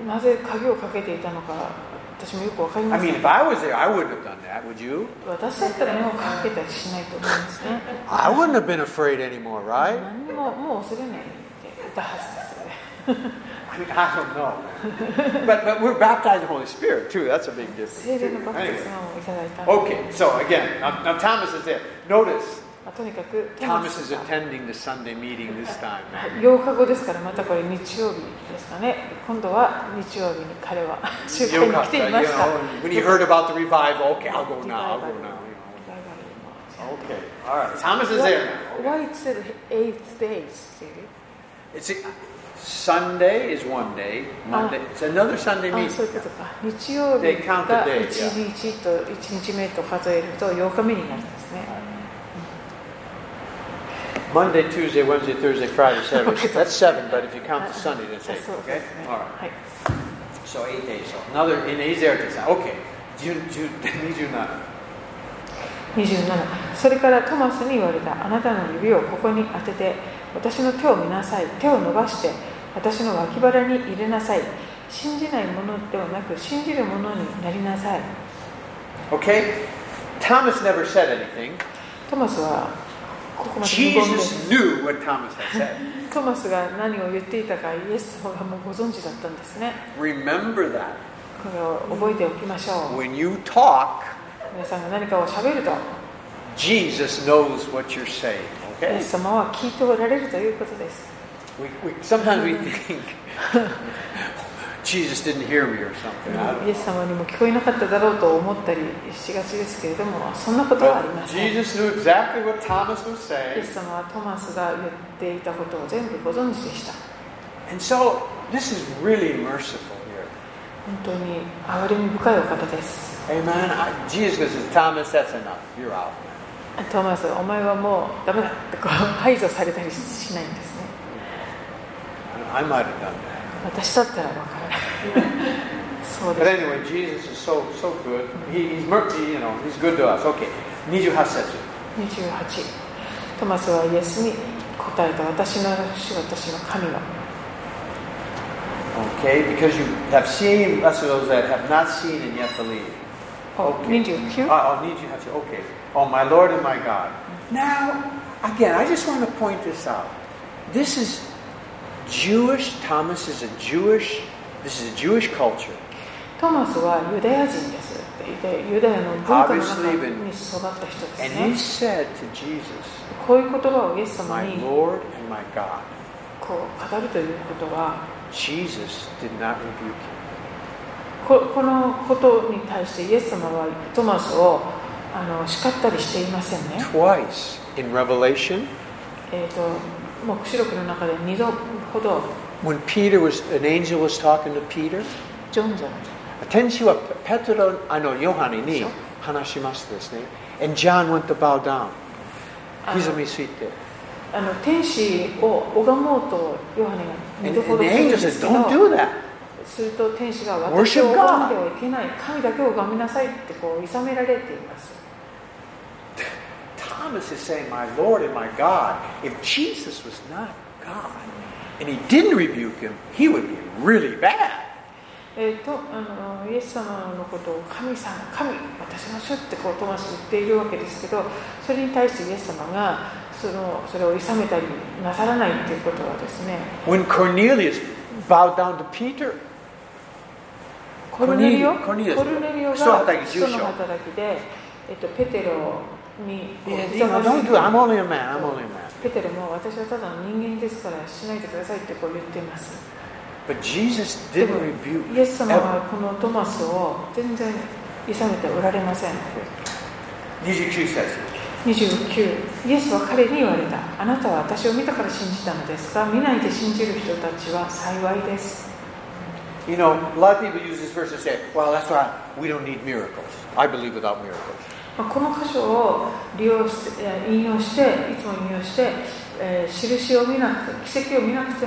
S1: あなぜ鍵をかけていたのか私もよくわかりま
S2: I
S1: せん
S2: mean, if I was there, I wouldn't have done that, would you?
S1: 私だったら目をかけたりしないと思いますね
S2: I wouldn't have been afraid anymore, right?
S1: 何ももう恐れないって言ったはずですよね
S2: I mean, I don't know. but, but we're baptized in the Holy Spirit, too. That's a big
S1: 精
S2: difference.
S1: 霊の
S2: Too.
S1: バプテ
S2: Anyway.
S1: スマをいただいたので
S2: Okay, so again, now, now Thomas is there. Notice,
S1: まあとにかく
S2: Thomas is
S1: が
S2: attending the Sunday meeting this time.
S1: 8日後ですからまたこれ日曜日ですかね今度は日曜日に彼は集会に来ていました
S2: when he heard about the revival, okay, I'll go
S1: リバイバルリ
S2: now, I'll go now.
S1: バイバ
S2: Okay, all right. Thomas is there now.
S1: ルの Why it said eighth days? David?
S2: It's Sunday is one day, Monday. It's another Sunday
S1: あそういうこ
S2: meeting.
S1: とか日曜
S2: They
S1: 日
S2: count
S1: が
S2: the day,
S1: 1日と1日目と数えると8日目になるんですね
S2: Monday, Tuesday, Wednesday, Thursday, Friday, Saturday.
S1: Okay.
S2: That's seven, but if you count the Sunday,
S1: あそうで
S2: that's eight.
S1: すね
S2: Okay? All right.
S1: はい
S2: So eight days. So another in Azer to Okay. June, June, June.
S1: 27それからトマスに言われたあなたの指をここに当てて私の手を見なさい手を伸ばして私の脇腹に入れなさい信じないものではなく信じるものになりなさい
S2: Okay? Thomas never said anything.
S1: トマスはここまで無言で
S2: Jesus knew what Thomas had said.
S1: トマスが何を言っていたかイエス様がもうご存知だったんですね
S2: Remember that.
S1: これを覚えておきましょう
S2: When you talk,
S1: 皆さんが何かをしゃべると
S2: Jesus knows what you're saying.
S1: イエ
S2: Okay?
S1: ス様は聞いておられるということです
S2: We, we, sometimes we think Jesus didn't hear me or something. I don't
S1: イエス様にも聞こえなかっただろうと思ったりしがちですけれどもそんなことはありま
S2: But
S1: せん
S2: Jesus knew exactly what Thomas was
S1: イエ
S2: saying.
S1: ス様はトマスが言っていたことを全部ご存知でした。
S2: And so this is really merciful here.
S1: 本当に憐れみ深いお方です。
S2: Amen. I, Jesus says, Thomas, that's enough. You're out.
S1: トマス、お前はもうダメだってこう排除されたりしないんですね。
S2: I might have done that.
S1: 私だったらわからない。そう
S2: But
S1: で
S2: anyway, Jesus is so so good. He, he's mercy, you know, he's good to us. Okay. Niju hasetsu.
S1: す。28。トマスはイエスに答えた私の主私の神は
S2: Okay, because you have seen, blessed are those that have not seen and yet believe.
S1: 29
S2: Oh, oh Niju hasetsu. Okay. Oh, my Lord and my God. Now, again, I just want to point this out. This is Jewish. Thomas is a Jewish. This is a Jewish culture.
S1: トマスはユダヤ人ですでユダヤの文化の中
S2: Obviously,
S1: に育った人です
S2: And he
S1: ね
S2: said to Jesus,
S1: こういう言葉をイエス様
S2: My
S1: に
S2: Lord and my God.
S1: こう語るということは
S2: Jesus did not rebuke him.
S1: ここのことに対してイエス様はトマスをあの叱ったりしていませんね、
S2: Twice in Revelation,
S1: えー、と黙示録の中で2度ほど
S2: when Peter was, an angel was talking to Peter,
S1: ジョンジョン
S2: 天使はペテロ、あの、ヨハネに話しますですね。And John went to bow down. Uh, ひざみついて。
S1: あの天使を拝もうとヨハネ
S2: And,
S1: が2度ほ
S2: and
S1: ど
S2: the
S1: するんで
S2: angel
S1: す
S2: says,
S1: け
S2: Don't
S1: ど
S2: do that.
S1: すると天使が
S2: Worship
S1: 私を拝んではいけない神だけを拝みなさいってこう諌められています
S2: Thomas is saying, My Lord and my God. If Jesus was not God and he didn't rebuke him, he would be really bad.
S1: えー、とあのイエス様のことを神様、神、私の主ってこうトマス言っているわけですけど、それに対してイエス様がそのそれを諌めたりなさらないっていうことはですね、
S2: When Cornelius bowed down to Peter,
S1: コルネリオ
S2: コルネリオ
S1: コルネリオが
S2: 使
S1: 使
S2: 徒
S1: 徒
S2: の
S1: の
S2: 働
S1: 働
S2: き10章
S1: きで、えっと、ペテロに
S2: Yeah,
S1: ひざ
S2: no,
S1: まず
S2: don't
S1: いて
S2: do it. I'm only a man. I'm only a man.
S1: ペテロも私はただの人間ですからしないでくださいってこう言っています。
S2: But Jesus
S1: で
S2: didn't
S1: も
S2: rebuke
S1: イエス様
S2: ever.
S1: はこのトマスを全然諌めておられません。
S2: 29 says,
S1: 29イエスは彼に言われたあなたは私を見たから信じたのですが見ないで信じる人たちは幸いです
S2: You know, a lot of people use this verse and say, well, that's why we don't need miracles. I believe without miracles.
S1: まあこの箇所を利用してえー引用していつも引用して、えー印を見なくて奇跡を見なくて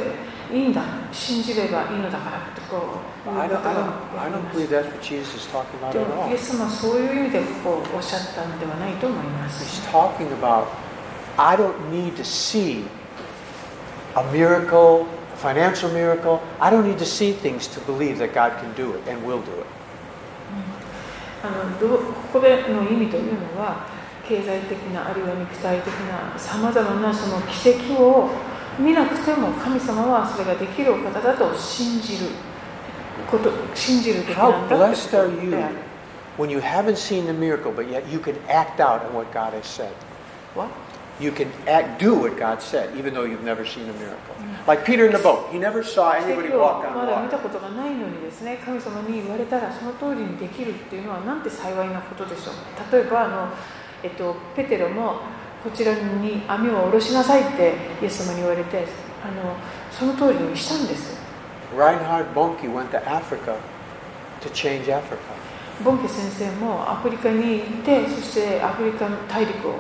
S1: いいんだ信じればいいのだからってこう
S2: I
S1: 言う
S2: don't,
S1: こと
S2: I
S1: がわかり
S2: don't, I don't
S1: ます
S2: believe that's what Jesus is talking about
S1: で
S2: at
S1: もイ
S2: all.
S1: エス様はそういう意味でこうおっしゃったんではないと思います
S2: He's talking about, I don't need to see a miracle, a financial miracle. I don't need to see things to believe that God can do it and will do it.
S1: あのどうここでの意味というのは経済的なあるいは肉体的なさまざまなその奇跡を見なくても神様はそれができるお方だと信じること信じるべきな
S2: How
S1: んだという
S2: blessed
S1: こ
S2: are
S1: と
S2: you
S1: である。
S2: when you haven't seen the miracle, but yet you can act out on what God has said.
S1: What?
S2: You can act, do what God said, even though you've never seen a miracle. Like Peter in the boat, he never saw
S1: 奇
S2: anybody
S1: 跡
S2: walk
S1: を
S2: on
S1: まだ見
S2: water.
S1: たことがないのにですね神様に言われたらその通りにできるっていうのはなんて幸いなことでしょう例えばあの、えっと、ペテロもこちらに網を下ろしなさいってイエス様に言われてあのその通りにしたんです
S2: Reinhard Bonnke went to Africa to change Africa.
S1: ボンケ先生もアフリカに行ってそしてアフリカの大陸を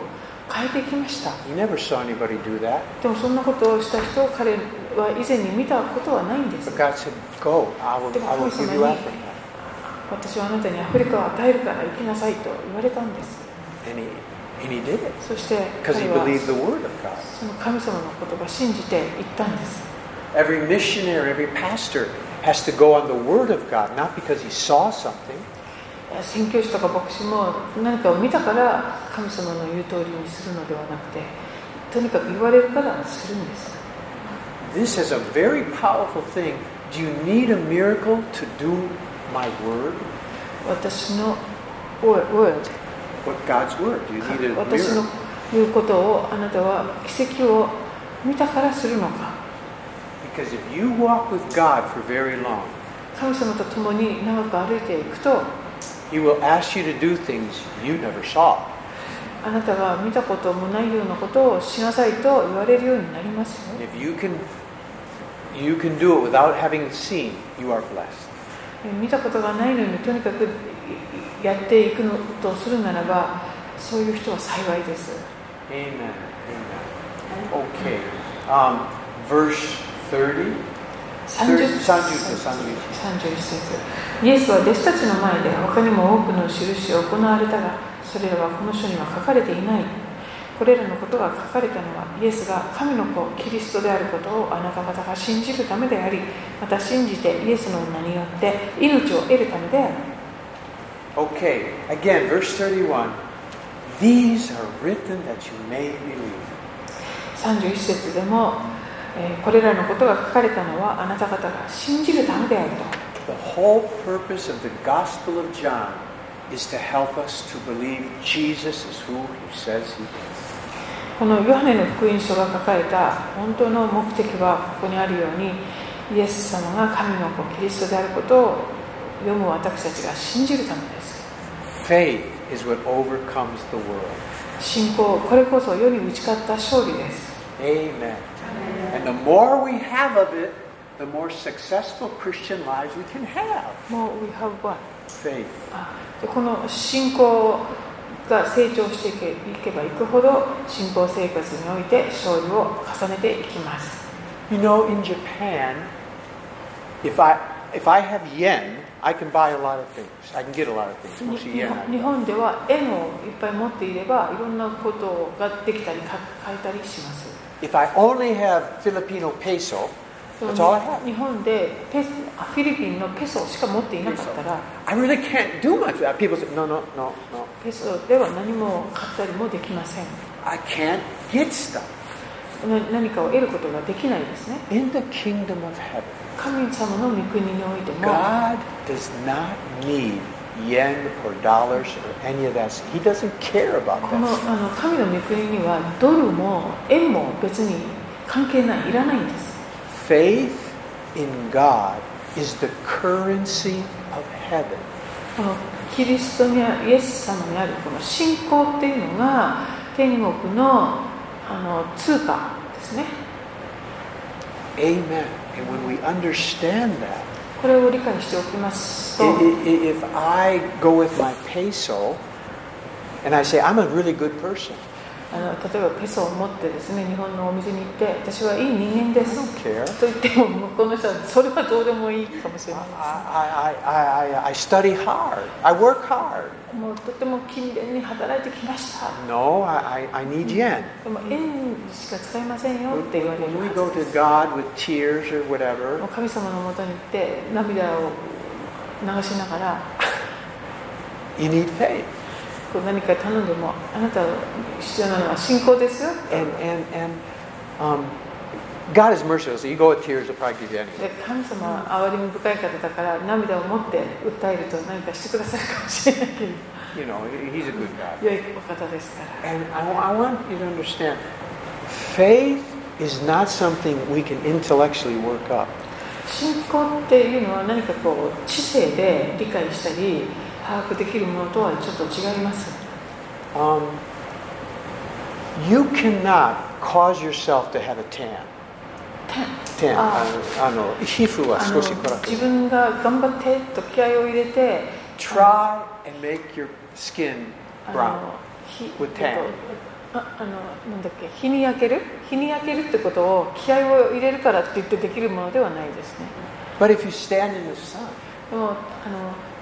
S1: 変えていきました
S2: He never saw anybody do that.
S1: でもそんなことをした人を彼は以前に見たことはないんです
S2: But God said, Go, I will, I will give you Africa.
S1: 私はあなたにアフリカを与えるから行きなさいと言われたんです
S2: And he, and he did it
S1: そして
S2: because
S1: 彼
S2: he
S1: は
S2: believed the word of God.
S1: その神様の言葉を信じて行ったんです
S2: Every missionary, every pastor has to go on the word of God, not because he saw something.
S1: 宣教師とか牧師も何かを見たから神様の言う通りにするのではなくてとにかく言われるからするんです
S2: This is a very powerful thing. Do you need a miracle to do my word?
S1: 私の word word
S2: What God's word? Do you need a
S1: 私の
S2: miracle?
S1: 言うことをあなたは奇跡を見たからするのか
S2: Because if you walk with God for very long,
S1: 神様と共に長く歩いていくと
S2: He will ask you to do things you never saw.
S1: あなたが見たこともないようなことをしなさいと言われるようになりますよ
S2: And if you can, you can do it without having seen. You are blessed.
S1: 見たことがないのにとにかくやっていくのとするならばそういう人は幸いです
S2: Amen. Amen. Okay. Um, verse thirty.
S1: 30
S2: 30 31
S1: 31節イエスは弟子たちの前で他にも多くの印を行われたがそれらはこの書には書かれていないこれらのことが書かれたのはイエスが神の子キリストであることをあなた方が信じるためでありまた信じてイエスの名によって命を得るためである
S2: Okay, again, verse 31. These are written that you may believe.
S1: 31節でも、えーこれらのことが書かれたのはあなた方が信じるためであると
S2: The whole purpose of the Gospel of John is to help us to believe Jesus is who he says he is.
S1: このヨハネの福音書が書かれた本当の目的はここにあるようにイエス様が神の子キリストであることを読む私たちが信じるためです
S2: Faith is what overcomes the world.
S1: 信仰これこそ世に打ち勝った勝利です
S2: Amen. And the more we have of it, the more successful Christian lives we can have.
S1: もう We have one
S2: Faith.
S1: あでこの信仰が成長していけいけばいくほど信仰生活において勝利を重ねていきます
S2: You know, in Japan, if I if I have yen, I can buy a lot of things. I can get a lot of things.
S1: に
S2: Mostly
S1: 日
S2: yen.
S1: 本日本では円をいっぱい持っていればいろんなことができたりか買えたりします
S2: If I only have Filipino peso,
S1: で
S2: that's all I
S1: も
S2: have.
S1: 日本でペスフィリピンのペソしか持っていなかったら
S2: I really can't do much. with that. People say, no, no, no, no.
S1: ペソでは何も買ったりもできません
S2: I can't get stuff
S1: な何かを得ることができないですね
S2: in the kingdom of heaven.
S1: 神様の御国においても
S2: God does not need yen or dollars or any of that. He doesn't care about
S1: この
S2: that.
S1: あの神の御国にはドルも円も別に関係ないいらないんです
S2: Faith in God is the currency of heaven.
S1: このキリストにあイエス様にあるこの信仰っていうのが天国のあの通貨ですね
S2: Amen. And when we understand that,
S1: これを理解しておきますと
S2: i- i- i- if I go with my peso and I say, I'm a really good person,
S1: あの例えばペソを持ってですね日本のお店に行って私はいい人間で
S2: I
S1: す
S2: don't care.
S1: と言っても向こうの人はそれはどうでもいいかもしれ
S2: I,
S1: ないで
S2: I, I, I, I study hard. I work hard.
S1: すねもうとても勤勉に働いてきました
S2: No, I, I, I need yen.
S1: でも円しか使いませんよ
S2: When
S1: って言われる
S2: when
S1: は
S2: we
S1: ず
S2: go to
S1: です
S2: God with tears or
S1: も
S2: whatever,
S1: う神様のもとに行って涙を流しながら
S2: You need faith.
S1: こう何か頼んでもあなたの必要なのは信仰ですよ
S2: And, and, and um, God is merciless. You go with tears, He'll probably give you anything.
S1: で神様は憐れみ深い方だから涙を持って訴えると何かしてくださるかもしれないけど
S2: You know, He's a good God.
S1: 良いお方ですから
S2: And I, wa- I want you to understand faith is not something we can intellectually work up.
S1: 信仰っていうのは何かこう知性で理解したり把握できるものとはちょっと違います
S2: Um, you cannot cause yourself to have a tan.
S1: 天
S2: Tan.
S1: ああの自
S2: あの皮膚は少し暗く。
S1: 分が頑張ってと気合を入れて
S2: Try and make your skin
S1: あ
S2: brown.
S1: の日
S2: With tan.
S1: ああのなんだっけ日に焼ける日に焼けるってことを気合を入れるからって言ってできるものではないですね
S2: But if you stand in the sun,
S1: でもあの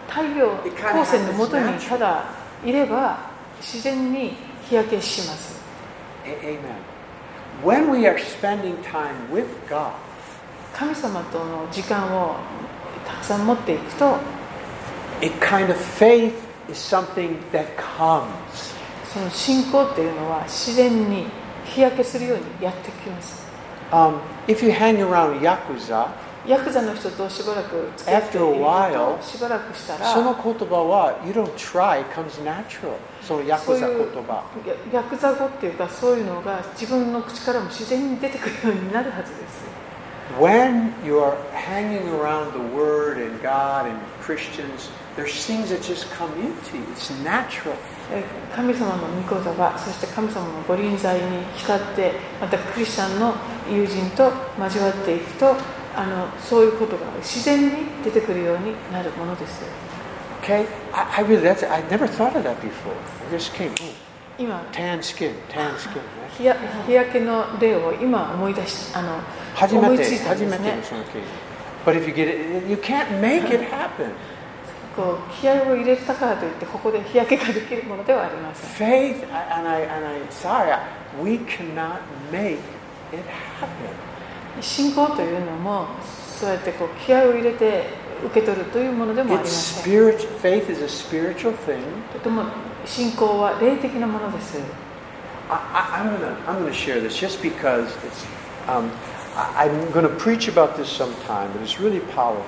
S1: 太陽
S2: It kinda
S1: 光線のもと
S2: happens
S1: に
S2: naturally.
S1: ただいれば自然に日焼けします
S2: a- amen. When we are spending time with God,
S1: 神様との時間をたくさん持っていくと
S2: it kind of faith is something that comes.
S1: その信仰っていうのは自然に日焼けするようにやってきます
S2: Um, if you hang around Yakuza,
S1: ヤクザの人としばらく付き合ってい
S2: After a
S1: る
S2: while,
S1: としばらくしたら
S2: その言葉は you don't try, it comes natural. そのヤクザ言葉。
S1: やヤクザ語っていうかそういうのが自分の口からも自然に出てくるようになるはずです
S2: When you are hanging around the Word and God and Christians, there's things that just come into you. It's natural.
S1: え神様の御言葉そして神様のご臨在に浸ってまたクリスチャンの友人と交わっていくとあのそういうことが自然に出てくるようになるものです
S2: Okay? I, I really, that's, I never thought of that before. It just came. ooh,
S1: 今
S2: tan skin, tan skin.
S1: 日や日焼けの例を今思い出しあの
S2: Hajimete,
S1: 思いついたんですね
S2: hajimete のその形。But if you get it, you can't make it happen.
S1: こう気合を入れたからといってここで日焼けができるものではありません
S2: Faith, I- and, I, and I'm sorry, I- we cannot make it happen.
S1: 信仰というのもそうやってこう気合を入れて受け取るというものでもありま
S2: It's
S1: せん
S2: spirit, faith is a spiritual thing.
S1: とても信仰は霊的なものです
S2: I, I, I'm gonna I'm gonna share this just because it's um, I, I'm gonna preach about this sometime, but it's really powerful.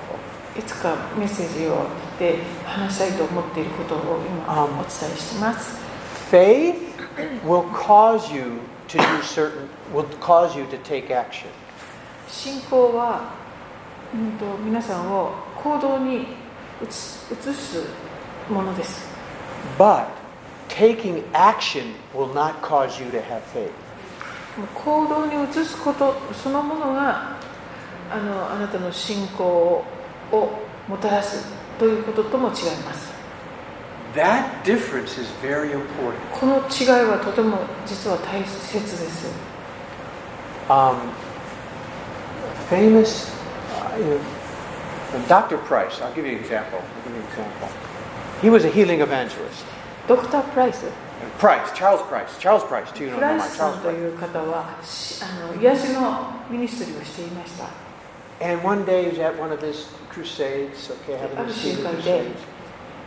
S1: いつかメッセージをで話したいと思っていることを今
S2: あ
S1: お伝えしてます、
S2: Faith will cause you to do certain will cause you to take action.
S1: 信仰は、うん、と皆さんを行動に移す移すものです
S2: But taking action will not cause you to have faith.
S1: もう行動に移すことそのものがあのあなたの信仰をもたらすということとも違います
S2: That difference is very important.
S1: この違いはとても実は大切です
S2: Um, famous, uh, you know, Dr. Price. I'll give you an example. I'll give you an example. He was a healing evangelist.
S1: ドクター・プライス
S2: Price, Charles Price, Charles Price, do you
S1: プ
S2: know
S1: ラ
S2: my
S1: イス
S2: mind?
S1: さ
S2: Charles
S1: んと
S2: Price.
S1: いう方はしあの癒しのミニストリーをしていました
S2: And one day he was at one of his crusades, okay, having
S1: I
S2: a
S1: was
S2: seated
S1: here one day.
S2: crusades.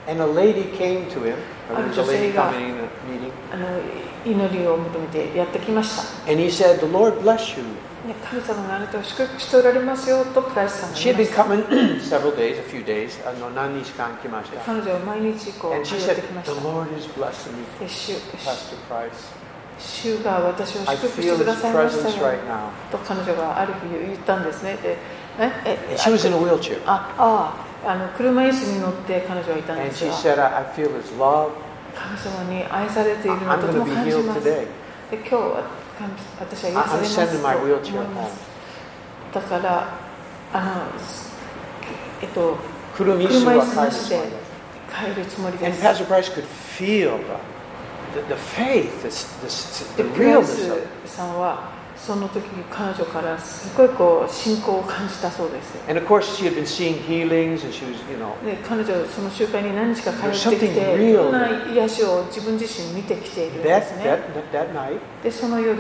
S2: And a lady came to him, or
S1: I
S2: there
S1: was
S2: was a uh,
S1: just
S2: lady
S1: saying that.
S2: coming in a meeting,
S1: あの祈りを求めてやってきました、
S2: and he said, The Lord bless you.
S1: ね、神様があなたを祝福しておられますよとプライスさんが
S2: She
S1: 言い
S2: had
S1: ま
S2: been
S1: した
S2: coming several days, a few days, uh, no, nannishikan kimashita.
S1: 彼女は毎日こう
S2: and
S1: 通
S2: she
S1: って
S2: said,
S1: きまし
S2: The
S1: た
S2: Lord is blessing you,
S1: で主
S2: Pastor Price.
S1: 主が私を
S2: I
S1: 祝福して
S2: feel
S1: くだ
S2: his
S1: さいま
S2: presence
S1: したよ
S2: right now.
S1: と彼女がある日言ったんですねでええ
S2: And she was in a wheelchair.
S1: あああの車椅子に乗って彼女はいたんで
S2: And
S1: す
S2: she
S1: が
S2: said, I, I feel his love.
S1: 神様に愛されている
S2: I-
S1: のを
S2: I'm
S1: とて
S2: going
S1: も
S2: to be
S1: 感じ
S2: healed
S1: ますで
S2: today.
S1: 今日は神私は
S2: I-
S1: 癒され
S2: I'm
S1: ます
S2: sending my
S1: と
S2: wheelchair
S1: 思いま
S2: home.
S1: すだからあのすえっと
S2: 車椅子は帰るつもりです。
S1: 帰るつもりで
S2: And
S1: す
S2: Pastor Price could feel the, the, the faith, the,
S1: で
S2: the, the
S1: プライ
S2: realness
S1: ス
S2: of it.
S1: さんはその時に彼女からすごいこう信仰を感じたそうです
S2: And of course, she had been seeing healings, and she was, you know,
S1: で彼女その集会に何日か通ってきて
S2: There's something real.
S1: いろんな癒しを自分自身見てきているん
S2: that,
S1: ですね
S2: that, that, that night,
S1: でその夜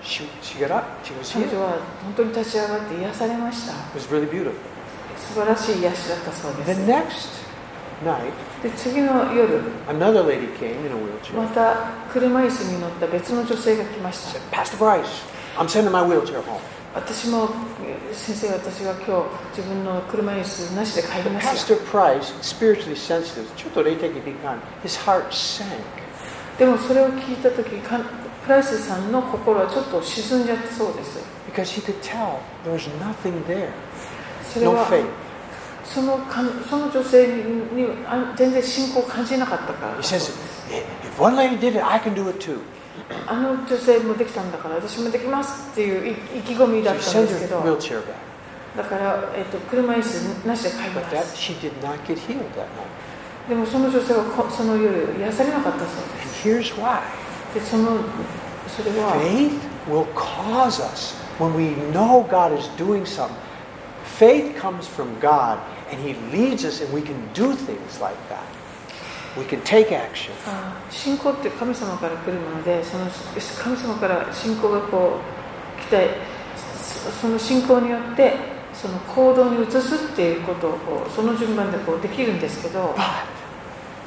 S2: she, she got up. She was
S1: 彼女
S2: healed.
S1: は本当に立ち上がって癒されました
S2: It was really beautiful.
S1: 素晴らしい癒しだったそうで
S2: The
S1: す
S2: next night,
S1: で次の夜
S2: another lady came in a wheelchair.
S1: また車椅子に乗った別の女性が来まし
S2: She
S1: た
S2: said, Pastor Bryce, I'm sending my wheelchair home.
S1: 私もえー先生私は今日自分の車椅子なしで帰り
S2: But
S1: ますよ
S2: Pastor Price, spiritually sensitive, ちょっと霊的敏感, his heart sank.
S1: でもそれを聞いた時かプライスさんの心はちょっと沈んじゃったそうです
S2: Because he could tell there was nothing there.
S1: それ
S2: No
S1: は
S2: faith.
S1: そのかその女性ににあ全然信仰を感じなかったからだそ
S2: He
S1: うで
S2: says,
S1: す
S2: if one lady did it, I can do it too.
S1: あの女性もできたんだから私もできますっていう意意気込み
S2: So
S1: だ
S2: he
S1: ったんで
S2: sends
S1: すけど
S2: her wheelchair back.
S1: だから、えっと車椅子なしで帰り
S2: But
S1: ま
S2: that
S1: す
S2: she did not get healed that night.
S1: でもその女性はこその夜癒されなかったそう
S2: And here's why.
S1: ですでそのそれは
S2: Faith will cause us when we know God is doing something. Faith comes from God, and He leads us, and we can do things like that. We can take action.
S1: あ信仰って神様から来るものでその神様から信仰がこう来てそその信仰によってその行動に移すっていうことをこうその順番でこうできるんですけど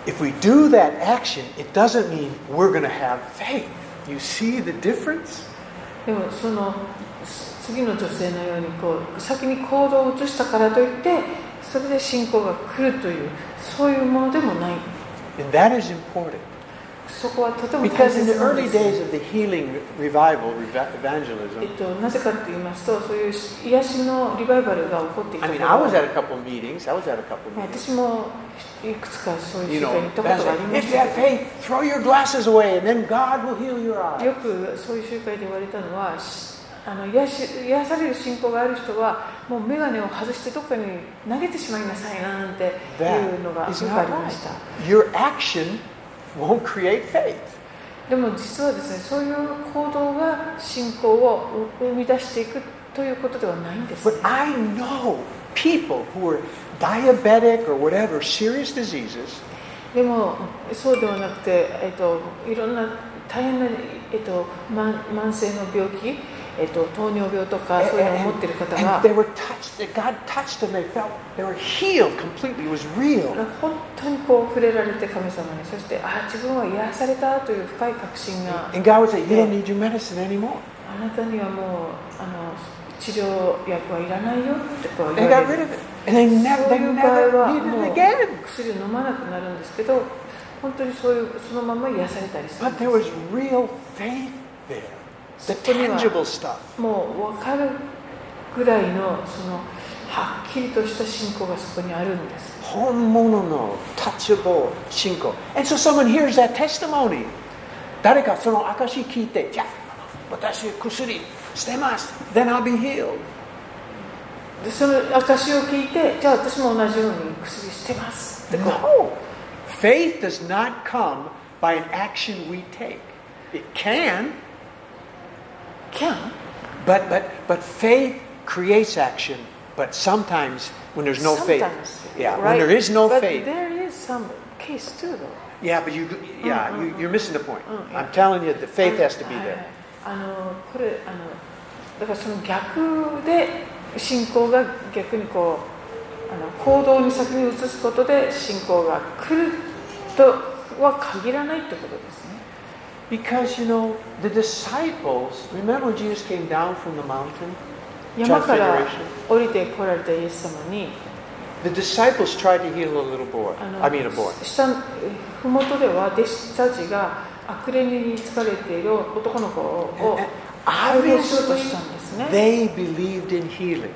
S2: But if we do that action, it doesn't mean we're going to have faith. You see the difference?
S1: でもそのす次の女性のようにこう先に行動を移したからといってそれで信仰が来るというそういうものでもない
S2: And that is important.
S1: そこはとても大
S2: Because in
S1: 切
S2: the
S1: なんで
S2: early
S1: す
S2: days of the healing revival, reva-
S1: えっ
S2: evangelism,
S1: と、なぜかと言いますと、そういう癒しのリバイバルが起こっていた
S2: I
S1: こ
S2: mean,
S1: と
S2: I was
S1: は
S2: at a couple meetings. I was at a couple
S1: まあ
S2: meetings.
S1: 私もいくつかそういう
S2: You
S1: 集
S2: know,
S1: 会に行ったことがあり
S2: Pastor,
S1: ま
S2: if
S1: し
S2: you
S1: た
S2: have faith, throw your glasses away and then God will heal your
S1: けどよ
S2: eyes.
S1: くそういう集会で言われたのは、しあの癒し癒される信仰がある人は、もう眼鏡を外してどっかに投げてしまいなさいなんていうのがよ
S2: That is
S1: くあ
S2: not
S1: りまし
S2: right.
S1: た。
S2: Your action won't create faith.
S1: でも実はですね、そういう行動が信仰を生み出していくということではないんです、ね
S2: But。I know people who are diabetic or whatever, serious diseases,
S1: でもそうではなくて、えっといろんな大変な、えっと慢慢性の病気、えっと糖尿病とかそういうのを持っている方
S2: and
S1: が
S2: they were touched, that God touched them, they felt they were healed completely. It was real.
S1: 本当にこう触れられて神様にそしてあ自分は癒されたという深い確信が
S2: And God would say, You don't need your medicine anymore.
S1: あなたにはもうあの治療薬はいらないよってこう
S2: They
S1: 言わ
S2: got
S1: れ
S2: rid
S1: る
S2: of it. And they
S1: そ
S2: never,
S1: う
S2: they
S1: いう場合
S2: never
S1: は
S2: needed
S1: も
S2: it
S1: う
S2: again.
S1: 薬を飲まなくなるんですけど本当にそういうそのまま癒されたりするんで
S2: But
S1: す
S2: there was real faith there. The
S1: そこには
S2: tangible stuff.
S1: もう分かるぐらいのそのはっきりとした信仰がそこにあるんです
S2: Honmono no touchable shinko. And so someone hears that testimony. 誰かその証聞いて、じゃあ、私薬してます。Then I'll be healed.
S1: でその証を聞いてじゃあ私も同じように薬してますってこう
S2: No. Faith does not come by an action we take. It can,
S1: can
S2: but, but, but faith creates action. But sometimes when there's no faith,
S1: sometimes
S2: yeah, when there is no
S1: But
S2: faith,
S1: there is some case too though
S2: Yeah, but you, yeah,
S1: Mm-hmm.
S2: you, you're missing the point.
S1: Mm, yeah.
S2: I'm telling you, the faith has to be
S1: はいはい
S2: there.
S1: あのこれあのだからその逆で信仰が逆にこうあの行動に先に移すことで信仰が来るとは限らないってことですね
S2: Because, you know, the disciples, remember when Jesus came down from the mountain?
S1: 山から
S2: フェデ
S1: 降
S2: レーシ
S1: りてこられたイエス様に
S2: The disciples tried to heal a little boy.
S1: あの
S2: I mean, a boy.
S1: 下ふもとでは弟子たちが悪霊に疲れている男の子を
S2: And
S1: 解放しようと
S2: obviously,
S1: したんですね
S2: they believed in healing.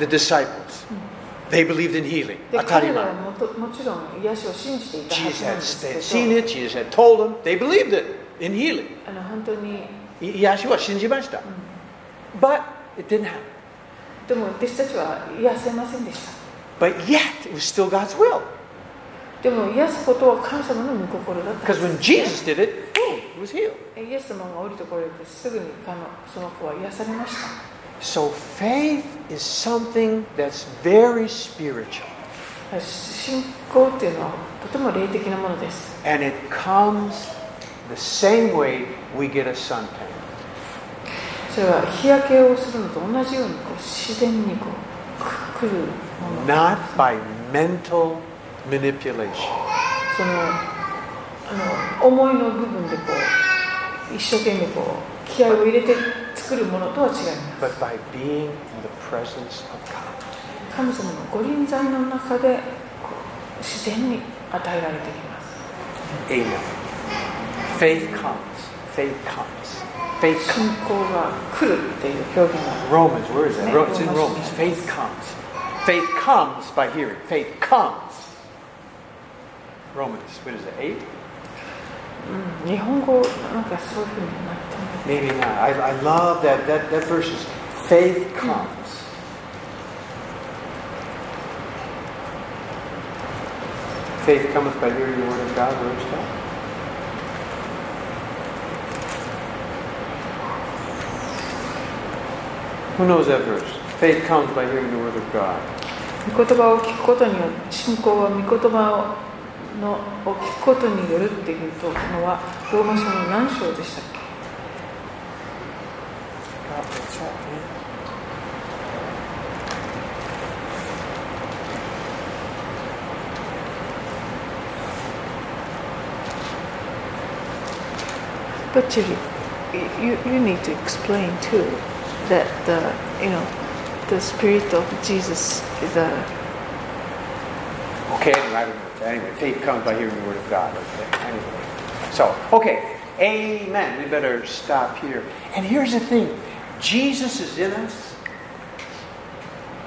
S2: The disciples.
S1: Mm-hmm.
S2: They believed in healing.
S1: で彼らは
S2: Atarima.
S1: もともちろん癒しを信じていたは
S2: Jesus
S1: ずなん
S2: had
S1: ですけ
S2: had
S1: ど
S2: seen it. Jesus had told them. They believed it in healing.
S1: あの本当に
S2: 癒しは信じました。But it didn't happen.
S1: でも弟子たちは癒せませんでした
S2: But yet, it was still God's will.
S1: でも癒すことは神様の御心だったんで
S2: Because
S1: す
S2: when Jesus did it, boom, he was healed.
S1: イエス様が降りてこられてすぐにあのその子は癒されました
S2: So faith is something that's very spiritual.
S1: 信仰っていうのはとても霊的なものです
S2: And it comes the same way we get a suntan.
S1: それは日焼けをするのと同じようにこう自然にこうくくるもの
S2: Not by mental
S3: manipulation.
S1: そのあの思いの部分でこう一生懸命こう気合を入れて作るものとは違います
S3: But by being in the presence of God,
S1: 神様の御臨在の中でこう自然に与えられてきます
S3: amen. Faith comes. Faith comes. Faith
S1: 信
S3: comes.
S1: 仰が来るっていう表現が
S3: Romans, where is that?
S1: Amen.
S3: Ro- It's in Romans. Faith comes. Faith comes by hearing. Faith comes. Romans, what is it, 8?
S1: うん日本語なんかそういうふうになってます
S3: Maybe not. I, I love that, that, that verse is faith comes. Faith cometh by hearing the word of God, where is that?
S2: こ
S3: Who knows that verse? Faith comes by hearing the word of God.
S1: 御言葉を聞くことによって信仰は御言葉をのを聞くことによるっていうとのはローマ書の何章でしたっけ
S3: God, what's that, man?
S1: But you, you, you need to explain too that the, you know, the spirit of Jesus is a,
S2: Okay, I don't know. Anyway, faith comes by hearing the word of God. Okay, anyway. So, okay, amen. We better stop here. And here's the thing Jesus is in us,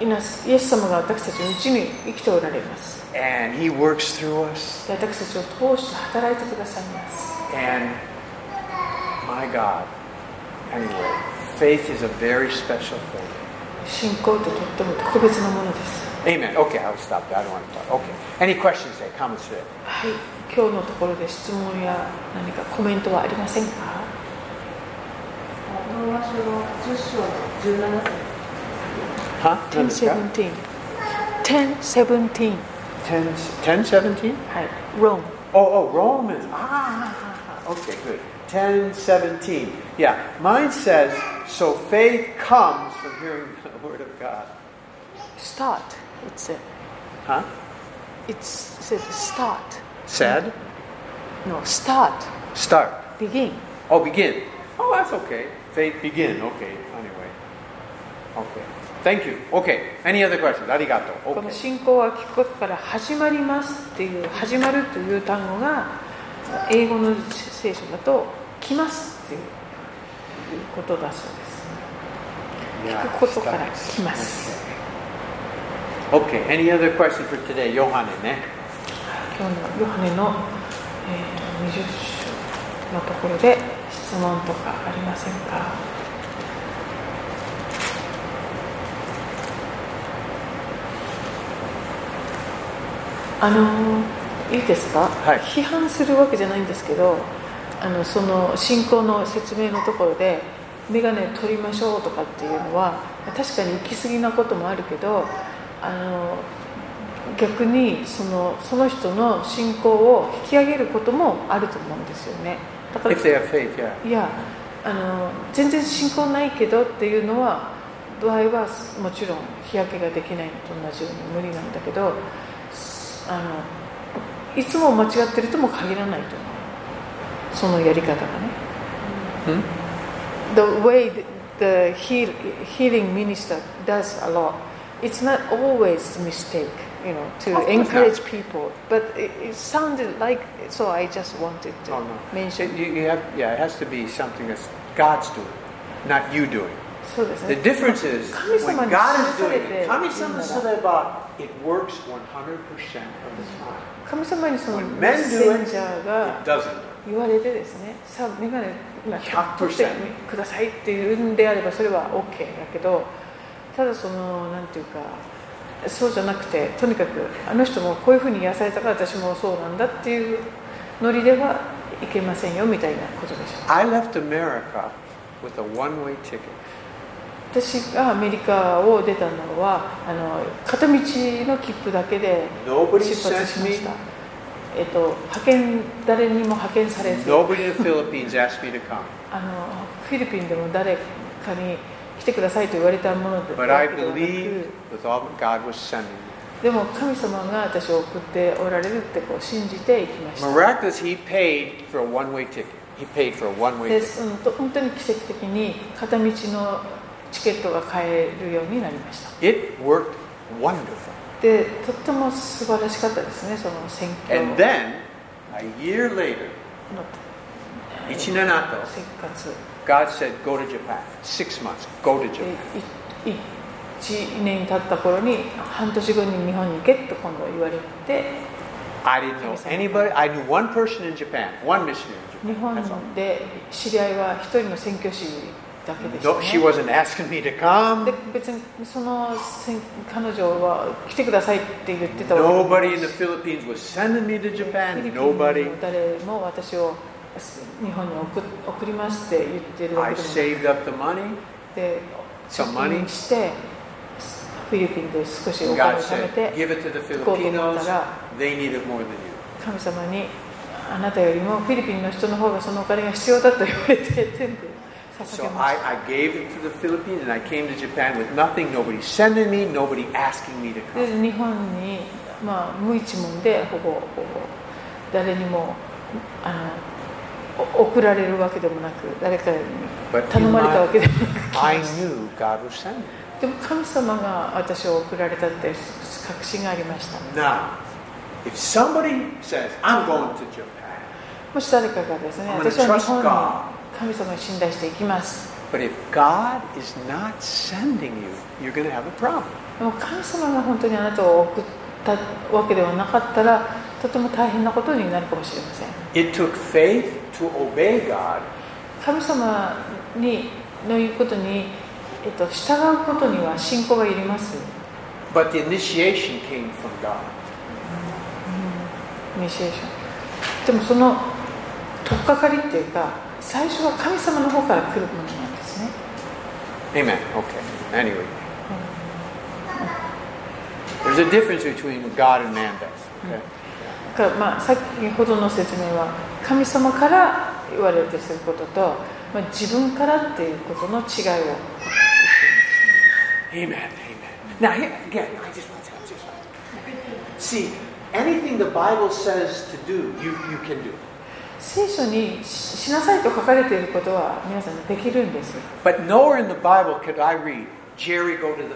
S1: いますイエス様が私たちのうちに生きておられます。
S2: and He works through us.
S1: で私たちを通して働いてくださいます。
S2: And my God, anyway, faith is a very special thing.
S1: 信仰ってとっても特別なものです。
S2: Amen. Okay, I'll stop there. I don't want to talk. Okay. Any questions there? Comments there?
S1: はい、今日のところで質問や何かコメントはありませんか
S4: ローマ書の10章の17節
S2: Huh? None is got-
S1: 1017 1017
S2: 10, 10 17?
S1: はい、Rome
S2: Oh, oh, Romans. Ah, okay, good. 10 17. Yeah, mine says, so faith comes from hearing the word of God.
S1: start it said
S2: Huh?
S1: it said start
S2: Said?
S1: no start
S2: Start.
S1: begin
S2: Oh, begin. Oh, that's okay. Faith begin. Okay, anyway. Okay. Thank you. Okay. Any other questions? Arigato.
S1: この
S2: Okay.
S1: 信仰は聞くことから始まりますっていう始まるという単語が英語の聖書だと来ますっていうことだそうです聞くことから来ます
S2: Okay. Any other question for today? eh? Yohane, ne?
S1: 今日のヨハネの、えー20章のところで質問とかありませんかあのいいですか、
S2: はい
S1: 批判するわけじゃないんですけどあのその信仰の説明のところで眼鏡取りましょうとかっていうのは確かに行き過ぎなこともあるけどあの逆にそのその人の信仰を引き上げることもあると思うんですよねだから
S2: If they have faith, yeah.
S1: いやあの全然信仰ないけどっていうのは度合いはもちろん日焼けができないのと同じように無理なんだけどすあのいつも間違ってるとも限らないと思うそのやり方がね。The way the the heal, healing minister does a lot, it's not always a mistake, you know, to
S2: Of course
S1: encourage people. But it, it sounded like so. I just wanted to
S2: Oh, no.
S1: mention.
S2: You, you have, yeah, it has to be something that's God's doing, not you doing.
S1: そうです
S2: The
S1: ね。
S2: difference is when
S1: 神様に
S2: God is
S1: 示されて
S2: doing
S1: いるなら。
S2: it, 神様のそれは it works 100% of the time.
S1: 神様にその
S2: When
S1: メ
S2: men
S1: ッセ
S2: do
S1: ン
S2: it,
S1: ジャー
S2: it
S1: が
S2: doesn't.
S1: 言われてですね、さあ、メガネ、今、
S2: 100%
S1: 取ってくださいっていうんであれば、それは OK だけど、ただ、その、なんていうか、そうじゃなくて、とにかく、あの人もこういうふうに癒されたから、私もそうなんだっていうノリではいけませんよみたいなことでしょ
S2: I left America with a one-way ticket.
S1: 私がアメリカを出たのは、あの片道の切符だけで
S2: Nobody
S1: 出発し
S2: sent
S1: ま
S2: me.
S1: した。えっと、派遣誰にも派遣されず
S2: Nobody in the Philippines asked me to come,
S1: あのフィリピンでも誰かに来てくださいと言われたもので
S2: but I believed with all that God was sending me.
S1: イでも神様が私を送っておられるってこう信じていきました。
S2: Miraculous, he paid for a one way ticket. He paid for a one way
S1: で
S2: ticket.
S1: うん、と本当に奇跡的に片道のチケットが買えるようになりました
S2: It worked wonderful.
S1: でとっても素晴らしかったですねその選挙
S2: And
S1: の
S2: then, a year later, 1年後、
S1: せっかつ
S2: God said, Go to Japan. Six months, go to
S1: で
S2: Japan.
S1: いい1年経った頃に半年後に日本に行けと今度言われて
S2: I didn't know anybody. I knew one person in Japan, one missionary
S1: 日
S2: in Japan.
S1: 本
S2: That's all.
S1: で知り合いは一人の宣教師だけでした、
S2: No,
S1: ね
S2: she wasn't asking me to
S1: で
S2: come.
S1: 別にその選彼女は来てくださいって言ってたわけでも
S2: Nobody in the Philippines was sending me
S1: フ
S2: to
S1: ィリ
S2: Japan.
S1: ピンの
S2: Nobody.
S1: 誰も私を日本に送送りますって言ってるわ
S2: I
S1: けでもな
S2: saved up the money.
S1: くて
S2: some
S1: 貯
S2: money.
S1: 金してフィリピンで少しお金を
S5: God
S1: 貯め
S5: said,
S1: て
S5: give it to the
S1: 行こうと思っ
S5: Filipinos.
S1: たら
S5: They need it more than you.
S1: 神様にあなたよりもフィリピンの人の方がそのお金が必要だと言われて全部
S2: So
S1: 捧げました
S2: I, I gave it to the Philippines and I came to Japan with nothing, nobody sending me, nobody asking me to
S1: で
S2: come.
S1: 日本に、まあ、無一文でほぼほぼ誰にもあのお送られるわけでもなく誰かに
S2: But
S1: 頼
S2: in
S1: まれたわ
S2: my,
S1: けでもなく
S2: I knew God was sending me.
S1: でも神様が私を送られたって確信がありました
S2: Now, if somebody says, I'm going to Japan,
S1: もし誰かがですね
S5: I'm gonna
S1: 私は
S5: trust
S1: 日本に
S5: God.
S1: 神様に信頼していきます
S2: but if God is not sending you, you're going to have a problem.
S1: でも神様が本当にあなたを送ったわけではなかったらとても大変なことになるかもしれません
S2: It took faith to obey God
S1: 神様にの言うことに、えっと、従うことには信仰がいります
S2: But the initiation came from God.
S1: イニシエーションでもその取っかかりっていうか最初は神様の方から来るものなんですね
S2: Amen. Okay. Anyway. There's a difference between what God and man does. Okay?
S1: だからまあ先ほどの説明は神様から言われてすることと、まあ、自分からっていうことの違いを
S2: Amen. Amen. Now, here, again, I just want to I just want to- see anything the Bible says to do, you, you can do.
S1: 聖書にししなさいと書かれていることは皆さんできるんです
S2: But nowhere in the Bible could I read Jerry go to the Philippines.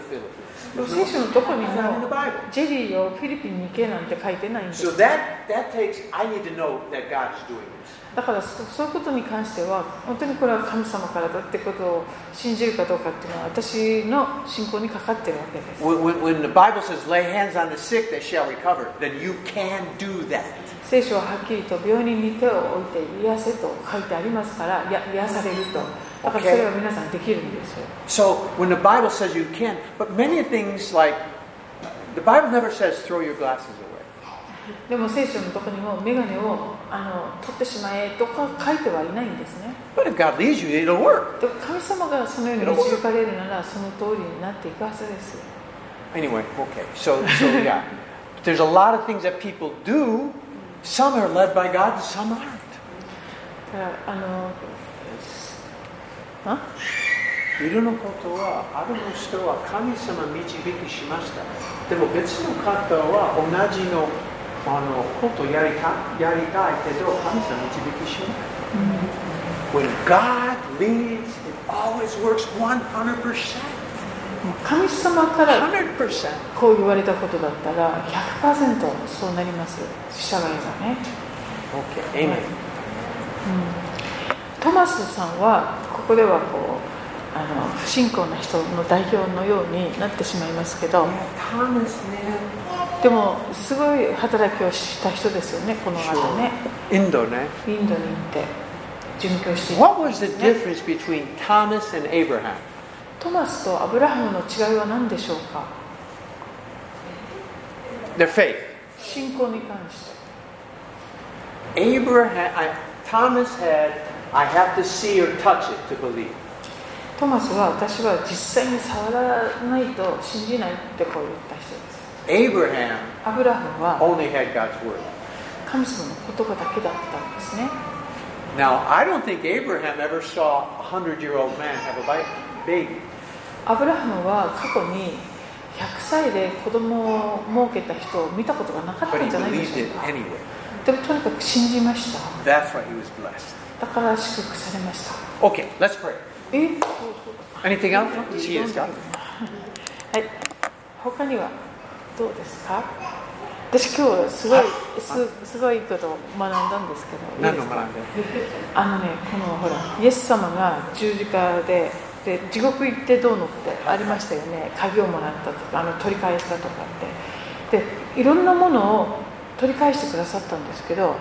S1: でも聖書のどこに
S2: It's not in the
S1: も
S2: Bible.
S1: ジェリーをフィリピンに行けなんて書いてないんです
S2: So that that takes I need to know that God is doing this.
S1: だからそそういうことに関しては本当にこれは神様からだってことを信じるかどうかっていうのは私の信仰にかかってるわけです
S2: When, when, when the Bible says lay hands on the sick, they shall recover, then you can do that.
S1: 聖書ははっきりと病人に手を置いて癒せと書いてありますからや癒されるとだからそれは皆さんできるんですよ
S2: So when the Bible says you can, but many things like the Bible never says throw your glasses away.
S1: でも聖書のとこにも眼鏡をあの取ってしまえとか書いてはいないんですね
S2: But if God leads you, it'll work.
S1: でも神様がそのように導かれるならその通りになっていくはずです
S2: Anyway, okay. So so yeah, there's a lot of things that people do. Some are led by God, and some aren't.
S1: だからあのあ
S2: いるのことはあるの人は神様導きしましたでも別の方は同じのあのことやりたやりたいけど神様導きしない When God leads, it always works 100%.
S1: もう神様から
S2: 100%.
S1: こう言われたことだったら100%そうなります従いがね
S2: Okay, amen.
S1: トマスさんはここではこうあの不信仰な人の代表のようになってしまいますけど
S2: Thomas, man.
S1: でもすごい働きをした人ですよねこの方ね
S2: Indo, man.
S1: インドに行って殉教していた
S2: What was the difference between Thomas and Abraham?
S1: トマスとアブラハムの違いは何でしょうか
S2: Their faith.
S1: 信仰に関して
S2: Abraham, I, Thomas had, I have to see or touch it to believe.
S1: トマスは私は実際に触らないと信じないってこう言った人です
S2: Abraham
S1: アブラハムは
S2: only had God's word.
S1: 神様の言葉だけだったんですね
S2: Now, I don't think Abraham ever saw a hundred year old man have a bi- baby.
S1: アブラハムは過去に100歳で子供を設けた人を見たことがなかった
S2: But he
S1: んじゃないで
S2: believed
S1: しょう
S2: it
S1: か
S2: anyway.
S1: でもとにかく信じました
S2: That's why he was blessed.
S1: だから祝福されました
S2: Okay, let's pray.
S1: え
S2: Anything
S1: は
S2: else? いいですか
S1: い他にはどうですか私今日すごいすすごいことを学んだんですけどいい
S2: 何
S1: で
S2: の
S1: すか
S2: 学んで
S1: あのねこのほらイエス様が十字架でで地獄行ってどうのってありましたよね鍵をもらったとかあの取り返したとかってでいろんなものを取り返してくださったんですけど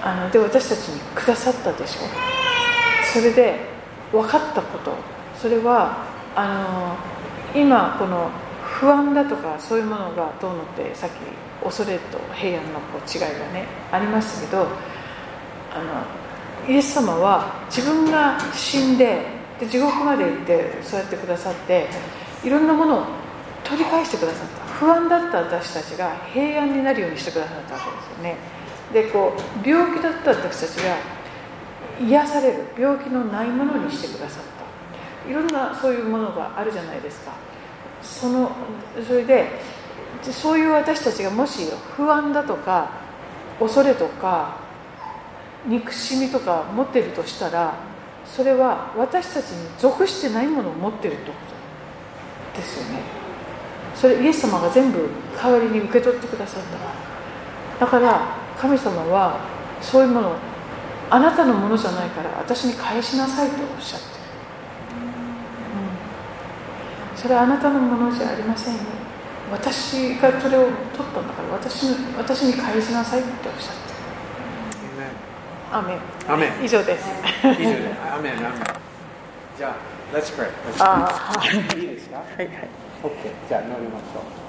S1: あので私たちにくださったでしょそれで分かったことそれはあの今この不安だとかそういうものがどうのってさっき恐れと平安のこう違いがねありましたけどあのイエス様は自分が死んでで地獄まで行ってそうやってくださっていろんなものを取り返してくださった不安だった私たちが平安になるようにしてくださったわけですよねでこう病気だった私たちが癒される病気のないものにしてくださったいろんなそういうものがあるじゃないですかそのそれでそういう私たちがもし不安だとか恐れとか憎しみとか持ってるとしたらそれは私たちに属してないものを持ってるってことですよねそれイエス様が全部代わりに受け取ってくださったからだから神様はそういうものをあなたのものじゃないから私に返しなさいとおっしゃってる、うん、それはあなたのものじゃありませんよ私がそれを取ったんだから私に私に返しなさいっておっしゃってる
S2: Amen.
S1: アーメン
S2: Amen.
S1: 以上です。
S2: 以上で Amen. Amen. じゃあ、Let's pray.
S1: ああ、はい
S2: いですか
S1: いはい。
S2: OK。じゃあ、乗りましょう。